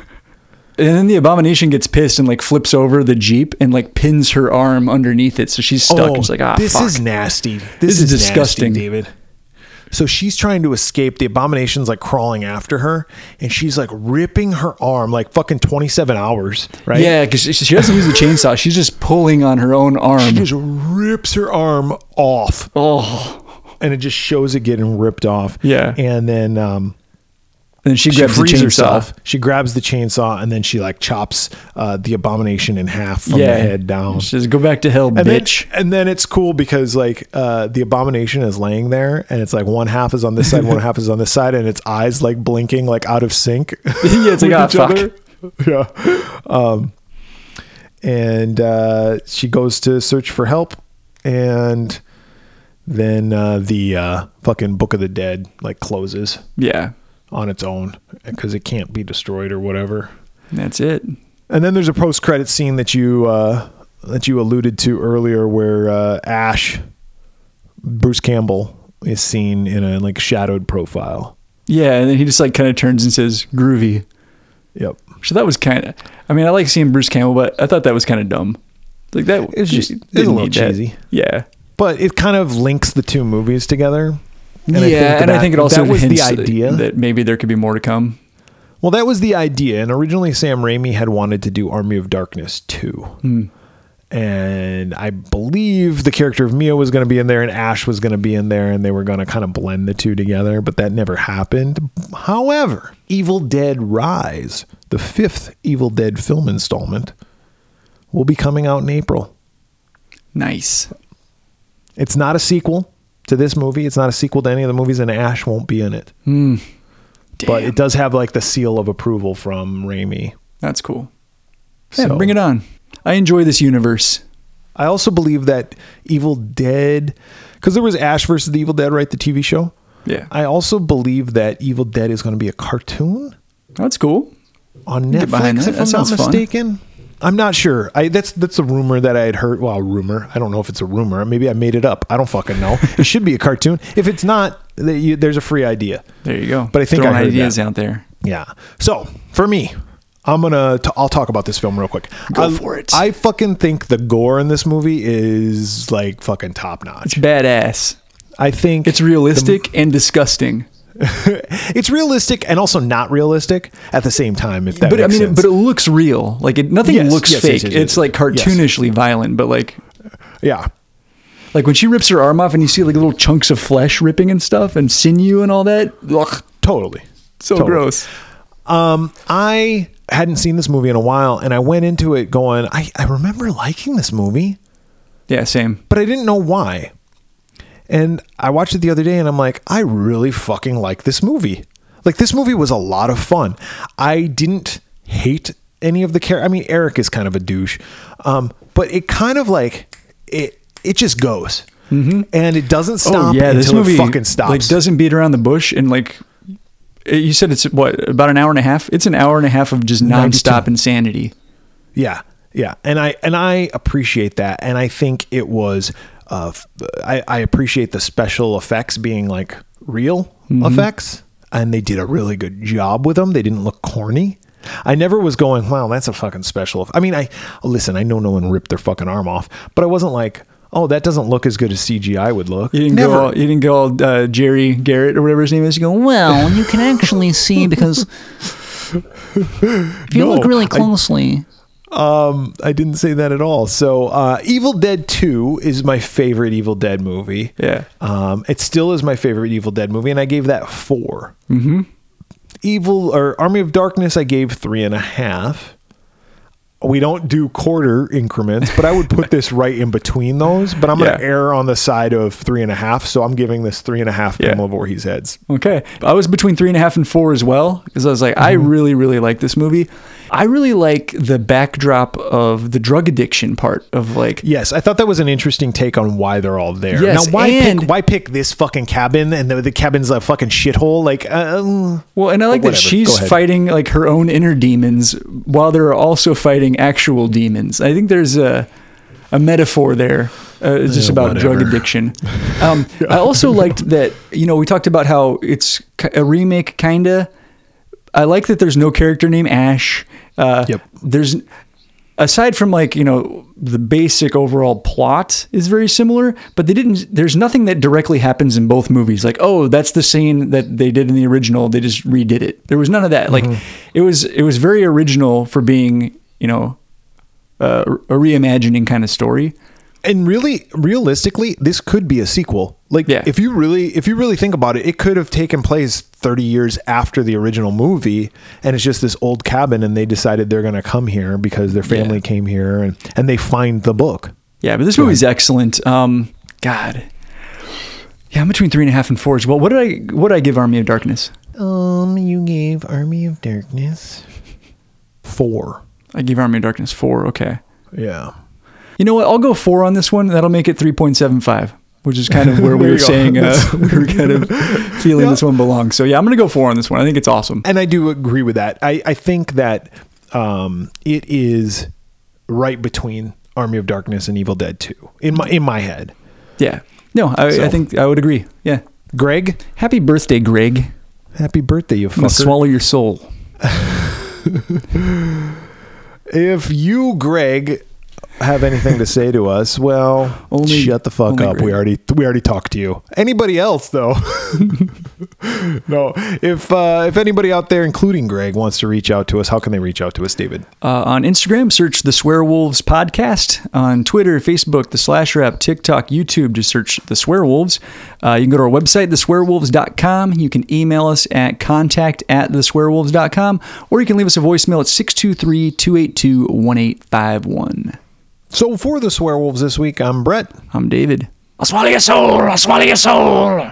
Speaker 1: And then the abomination gets pissed and like flips over the jeep and like pins her arm underneath it, so she's stuck. and she's like, ah,
Speaker 2: Oh, this
Speaker 1: fuck.
Speaker 2: is nasty. This,
Speaker 1: is
Speaker 2: is, nasty,
Speaker 1: disgusting.
Speaker 2: David. So she's trying to escape. The abomination's like crawling after her, and she's like ripping her arm like fucking twenty-seven hours. Right?
Speaker 1: Yeah, because she, she doesn't use the chainsaw; she's just pulling on her own
Speaker 2: She
Speaker 1: arm.
Speaker 2: just rips her arm off.
Speaker 1: oh,
Speaker 2: and it just shows it getting ripped off.
Speaker 1: Yeah.
Speaker 2: And then um,
Speaker 1: and then she
Speaker 2: she
Speaker 1: grabs the
Speaker 2: frees
Speaker 1: chainsaw.
Speaker 2: herself. She grabs the chainsaw and then she like chops uh, the abomination in half from
Speaker 1: yeah,
Speaker 2: the head down.
Speaker 1: She says, "Go back to hell,
Speaker 2: And then, [laughs]
Speaker 1: bitch."
Speaker 2: and then it's cool because like uh, the abomination is laying there and it's like one half is on this side, one half is on this side, and its eyes like blinking like out of sync. [laughs]
Speaker 1: yeah, [laughs] it's like, ah, fuck.
Speaker 2: Yeah. Um, and uh, she goes to search for help, and then uh, the uh, fucking Book of the Dead like closes
Speaker 1: Yeah,
Speaker 2: on its own because it can't be destroyed or whatever.
Speaker 1: And that's it.
Speaker 2: And then there's a post credit scene that you uh, that you alluded to earlier, where uh, Ash, Bruce Campbell, is seen in a like shadowed profile.
Speaker 1: Yeah, and then he just like kind of turns and says, "Groovy."
Speaker 2: Yep.
Speaker 1: So that was kind of. I mean, I like seeing Bruce Campbell, but I thought that was kind of dumb. Like that
Speaker 2: It was just-
Speaker 1: you
Speaker 2: it was a
Speaker 1: didn't
Speaker 2: little
Speaker 1: need that.
Speaker 2: cheesy.
Speaker 1: Yeah.
Speaker 2: But it kind of links the two movies together.
Speaker 1: yeah,
Speaker 2: that
Speaker 1: and I
Speaker 2: that-
Speaker 1: think it also
Speaker 2: that was
Speaker 1: hints
Speaker 2: the idea.
Speaker 1: that maybe there could be more to come.
Speaker 2: well, that was the idea, and originally Sam Raimi had wanted to do Army of Darkness too.
Speaker 1: Hmm.
Speaker 2: And I believe the character of Mia was going to be in there, and Ash was going to be in there, and they were going to kind of blend the two together, but that never happened. However, Evil Dead Rise, the fifth Evil Dead film installment, will be coming out in April.
Speaker 1: Nice.
Speaker 2: It's not a sequel to this movie. It's not a sequel to any of the movies, and Ash won't be in it. But it does have like the seal of approval from Raimi.
Speaker 1: That's cool. Yeah,
Speaker 2: So-
Speaker 1: bring it on. I enjoy this universe.
Speaker 2: I also believe that Evil Dead, because there was Ash versus the Evil Dead, right? The TV show.
Speaker 1: Yeah.
Speaker 2: I also believe that Evil Dead is going to be a cartoon
Speaker 1: That's cool.
Speaker 2: on
Speaker 1: get behind that.
Speaker 2: Netflix, if
Speaker 1: That
Speaker 2: I'm not
Speaker 1: sounds fun.
Speaker 2: mistaken. I'm not sure. I, that's that's a rumor that I had heard. Well, rumor. I don't know if it's a rumor. Maybe I made it up. I don't
Speaker 1: [laughs]
Speaker 2: fucking know. it should be a cartoon. If it's not, th- you, there's a free idea.
Speaker 1: There you go.
Speaker 2: But I think
Speaker 1: Throwing
Speaker 2: I heard
Speaker 1: ideas
Speaker 2: that.
Speaker 1: out there.
Speaker 2: Yeah. So for me, I'm gonna. T- I'll talk about this film real quick.
Speaker 1: Go
Speaker 2: I-
Speaker 1: for it.
Speaker 2: I fucking think the gore in this movie is like fucking top
Speaker 1: It's
Speaker 2: notch.
Speaker 1: badass.
Speaker 2: I think
Speaker 1: It's realistic and disgusting.
Speaker 2: it's realistic and also not realistic at the same time. If that
Speaker 1: But I
Speaker 2: makes
Speaker 1: mean,
Speaker 2: sense.
Speaker 1: but it looks real. Like it, nothing
Speaker 2: Yes,
Speaker 1: looks
Speaker 2: yes, yes,
Speaker 1: fake.
Speaker 2: yes, yes,
Speaker 1: it's like
Speaker 2: yes.
Speaker 1: cartoonishly violent, but like
Speaker 2: yeah,
Speaker 1: like when she rips her arm off and you see like little chunks of flesh ripping and stuff and sinew and all that. Ugh,
Speaker 2: totally.
Speaker 1: so
Speaker 2: Totally.
Speaker 1: gross.
Speaker 2: Um, I hadn't seen this movie in a while, and I went into it going, I, I remember liking this movie,
Speaker 1: Yeah, same.
Speaker 2: but I didn't know why. And I watched it the other day, and I'm like, I really fucking like this movie. Like this movie was a lot of fun. I didn't hate any of the characters. I mean, Eric is kind of a douche, um, but it kind of like it it just goes. and it doesn't
Speaker 1: Oh,
Speaker 2: stop until it fucking stops.
Speaker 1: like doesn't beat around the bush and like it- you said it's what about an hour and a half? It's an hour and a half of just nonstop insanity.
Speaker 2: Yeah, yeah, and I and I appreciate that, and I think it was. Uh, f- I, I appreciate the special effects being like real
Speaker 1: Mm-hmm.
Speaker 2: effects, and they did a really good job with them. They didn't look corny. I never was going, wow, that's a fucking special. eff-" I mean, I listen. I know no one ripped their fucking arm off, but I wasn't like, oh, that doesn't look as good as CGI would look.
Speaker 1: You didn't
Speaker 2: never.
Speaker 1: go. All, you didn't go all uh, Jerry Garrett or whatever his name is. You go well. You
Speaker 3: [laughs]
Speaker 1: can actually see because if you
Speaker 2: No,
Speaker 1: look really
Speaker 2: I-
Speaker 1: closely.
Speaker 2: I didn't say that at all. So, uh, Evil Dead Two is my favorite Evil Dead movie.
Speaker 1: Yeah.
Speaker 2: um, it still is my favorite Evil Dead movie, and I gave that 4 Mm-hmm. Evil or Army of Darkness, I gave three and a half. We don't do quarter increments, but I would
Speaker 1: [laughs]
Speaker 2: put this right in between those. But I'm going to
Speaker 1: Yeah.
Speaker 2: err on the side of three and a half, so I'm giving this three and a half
Speaker 1: Yeah.
Speaker 2: Pamela Voorhees heads.
Speaker 1: Okay. I was between three and a half and four as well because I was like, I
Speaker 2: Mm-hmm.
Speaker 1: really, really like this movie. I really like the backdrop of the drug addiction part of like,
Speaker 2: Yes, I thought that was an interesting take on why they're all there.
Speaker 1: Yes,
Speaker 2: now, why pick
Speaker 1: and-
Speaker 2: why pick this fucking cabin and the, the cabin's a fucking shithole? Like, uh,
Speaker 1: well, and I like that
Speaker 2: Whatever. Go
Speaker 1: she's
Speaker 2: ahead.
Speaker 1: fighting like her own inner demons while they're also fighting actual demons. I think there's a, a metaphor there. Uh, it's just
Speaker 2: Yeah,
Speaker 1: about drug
Speaker 2: whatever.
Speaker 1: addiction. Um, I
Speaker 2: [laughs]
Speaker 1: also liked that, you know, we talked about how it's ki- a remake, kind of. I like that there's no character named Ash. Uh,
Speaker 2: Yep.
Speaker 1: There's aside from like you know the basic overall plot is very similar, but they didn't. There's nothing that directly happens in both movies. Like oh, that's the scene that they did in the original. They just redid it. There was none of that. Like it was it was very original for being you know uh, a reimagining kind of story.
Speaker 2: and really realistically this could be a sequel like
Speaker 1: Yeah.
Speaker 2: if you really if you really think about it it could have taken place 30 years after the original movie and it's just this old cabin and they decided they're going to come here because their family
Speaker 1: Yeah.
Speaker 2: came here and and they find the book
Speaker 1: Yeah, but this movie's excellent. Um, God. Yeah, I'm between three and a half and four as well. What did I what did I give Army of Darkness?
Speaker 2: um you gave army of darkness 4
Speaker 1: I gave Army of Darkness four. Okay.
Speaker 2: yeah
Speaker 1: You know what? I'll go four on this one. That'll make it 3.75, which is kind of
Speaker 2: [laughs]
Speaker 1: where we
Speaker 2: There
Speaker 1: were
Speaker 2: you go.
Speaker 1: saying uh, [laughs] we were kind
Speaker 2: [laughs]
Speaker 1: of feeling this one belongs. So yeah, I'm going to go four on this one. I think it's awesome.
Speaker 2: and I do agree with that. I, I think that um, it is right between Army of Darkness and Evil Dead 2 in my in my head.
Speaker 1: Yeah. No, I,
Speaker 2: So.
Speaker 1: I think I would agree. Yeah.
Speaker 2: Greg,
Speaker 1: Happy birthday, Greg. I'm
Speaker 2: happy birthday, you
Speaker 1: going
Speaker 2: fucker.
Speaker 1: to swallow your soul.
Speaker 2: if you, Greg, have anything to say to us, well,
Speaker 1: Only-
Speaker 2: shut the fuck
Speaker 1: only
Speaker 2: up. We
Speaker 1: Greg.
Speaker 2: already we already talked to you. Anybody else though? [laughs] no. If uh, if anybody out there, including Greg, wants to reach out to us, how can they reach out to us, David?
Speaker 1: Uh, on Instagram, search the Swearwolves podcast. On Twitter, Facebook, the Slash Rap, TikTok, YouTube, just search the Swearwolves. Uh, you can go to our website, theswearwolves.com. You can email us at contact at theswearwolves.com, or you can leave us a voicemail at 623 282 1851.
Speaker 2: So for the Swearwolves this week, I'm Brett.
Speaker 1: I'm David.
Speaker 3: I'll swallow your soul. I'll swallow your soul.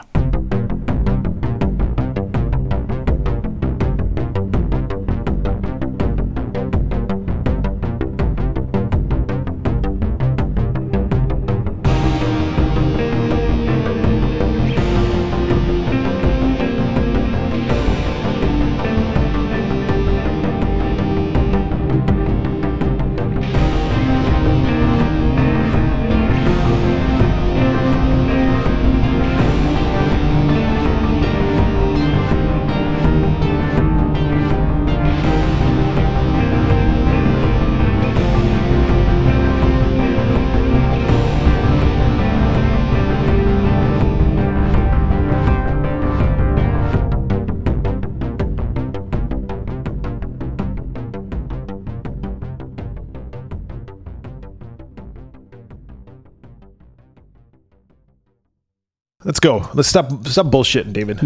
Speaker 2: Let's go. Let's stop stop bullshitting, David.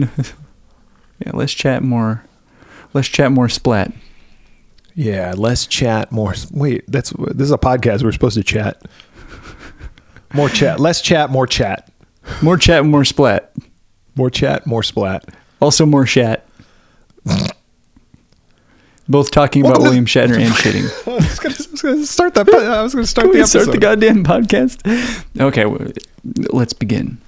Speaker 1: Yeah, let's chat more. Let's chat more splat.
Speaker 2: yeah, less chat, more. Wait, that's this is a podcast. We're supposed to chat. More chat, less chat, more chat,
Speaker 1: More chat, more splat.
Speaker 2: more chat, more splat.
Speaker 1: Also more shat. Both talking about
Speaker 2: Welcome to-
Speaker 1: William Shatner and shitting.
Speaker 2: [laughs] I was gonna was gonna start that. I was gonna start
Speaker 1: Can
Speaker 2: the
Speaker 1: we
Speaker 2: episode.
Speaker 1: start the goddamn podcast? Okay, w- let's begin.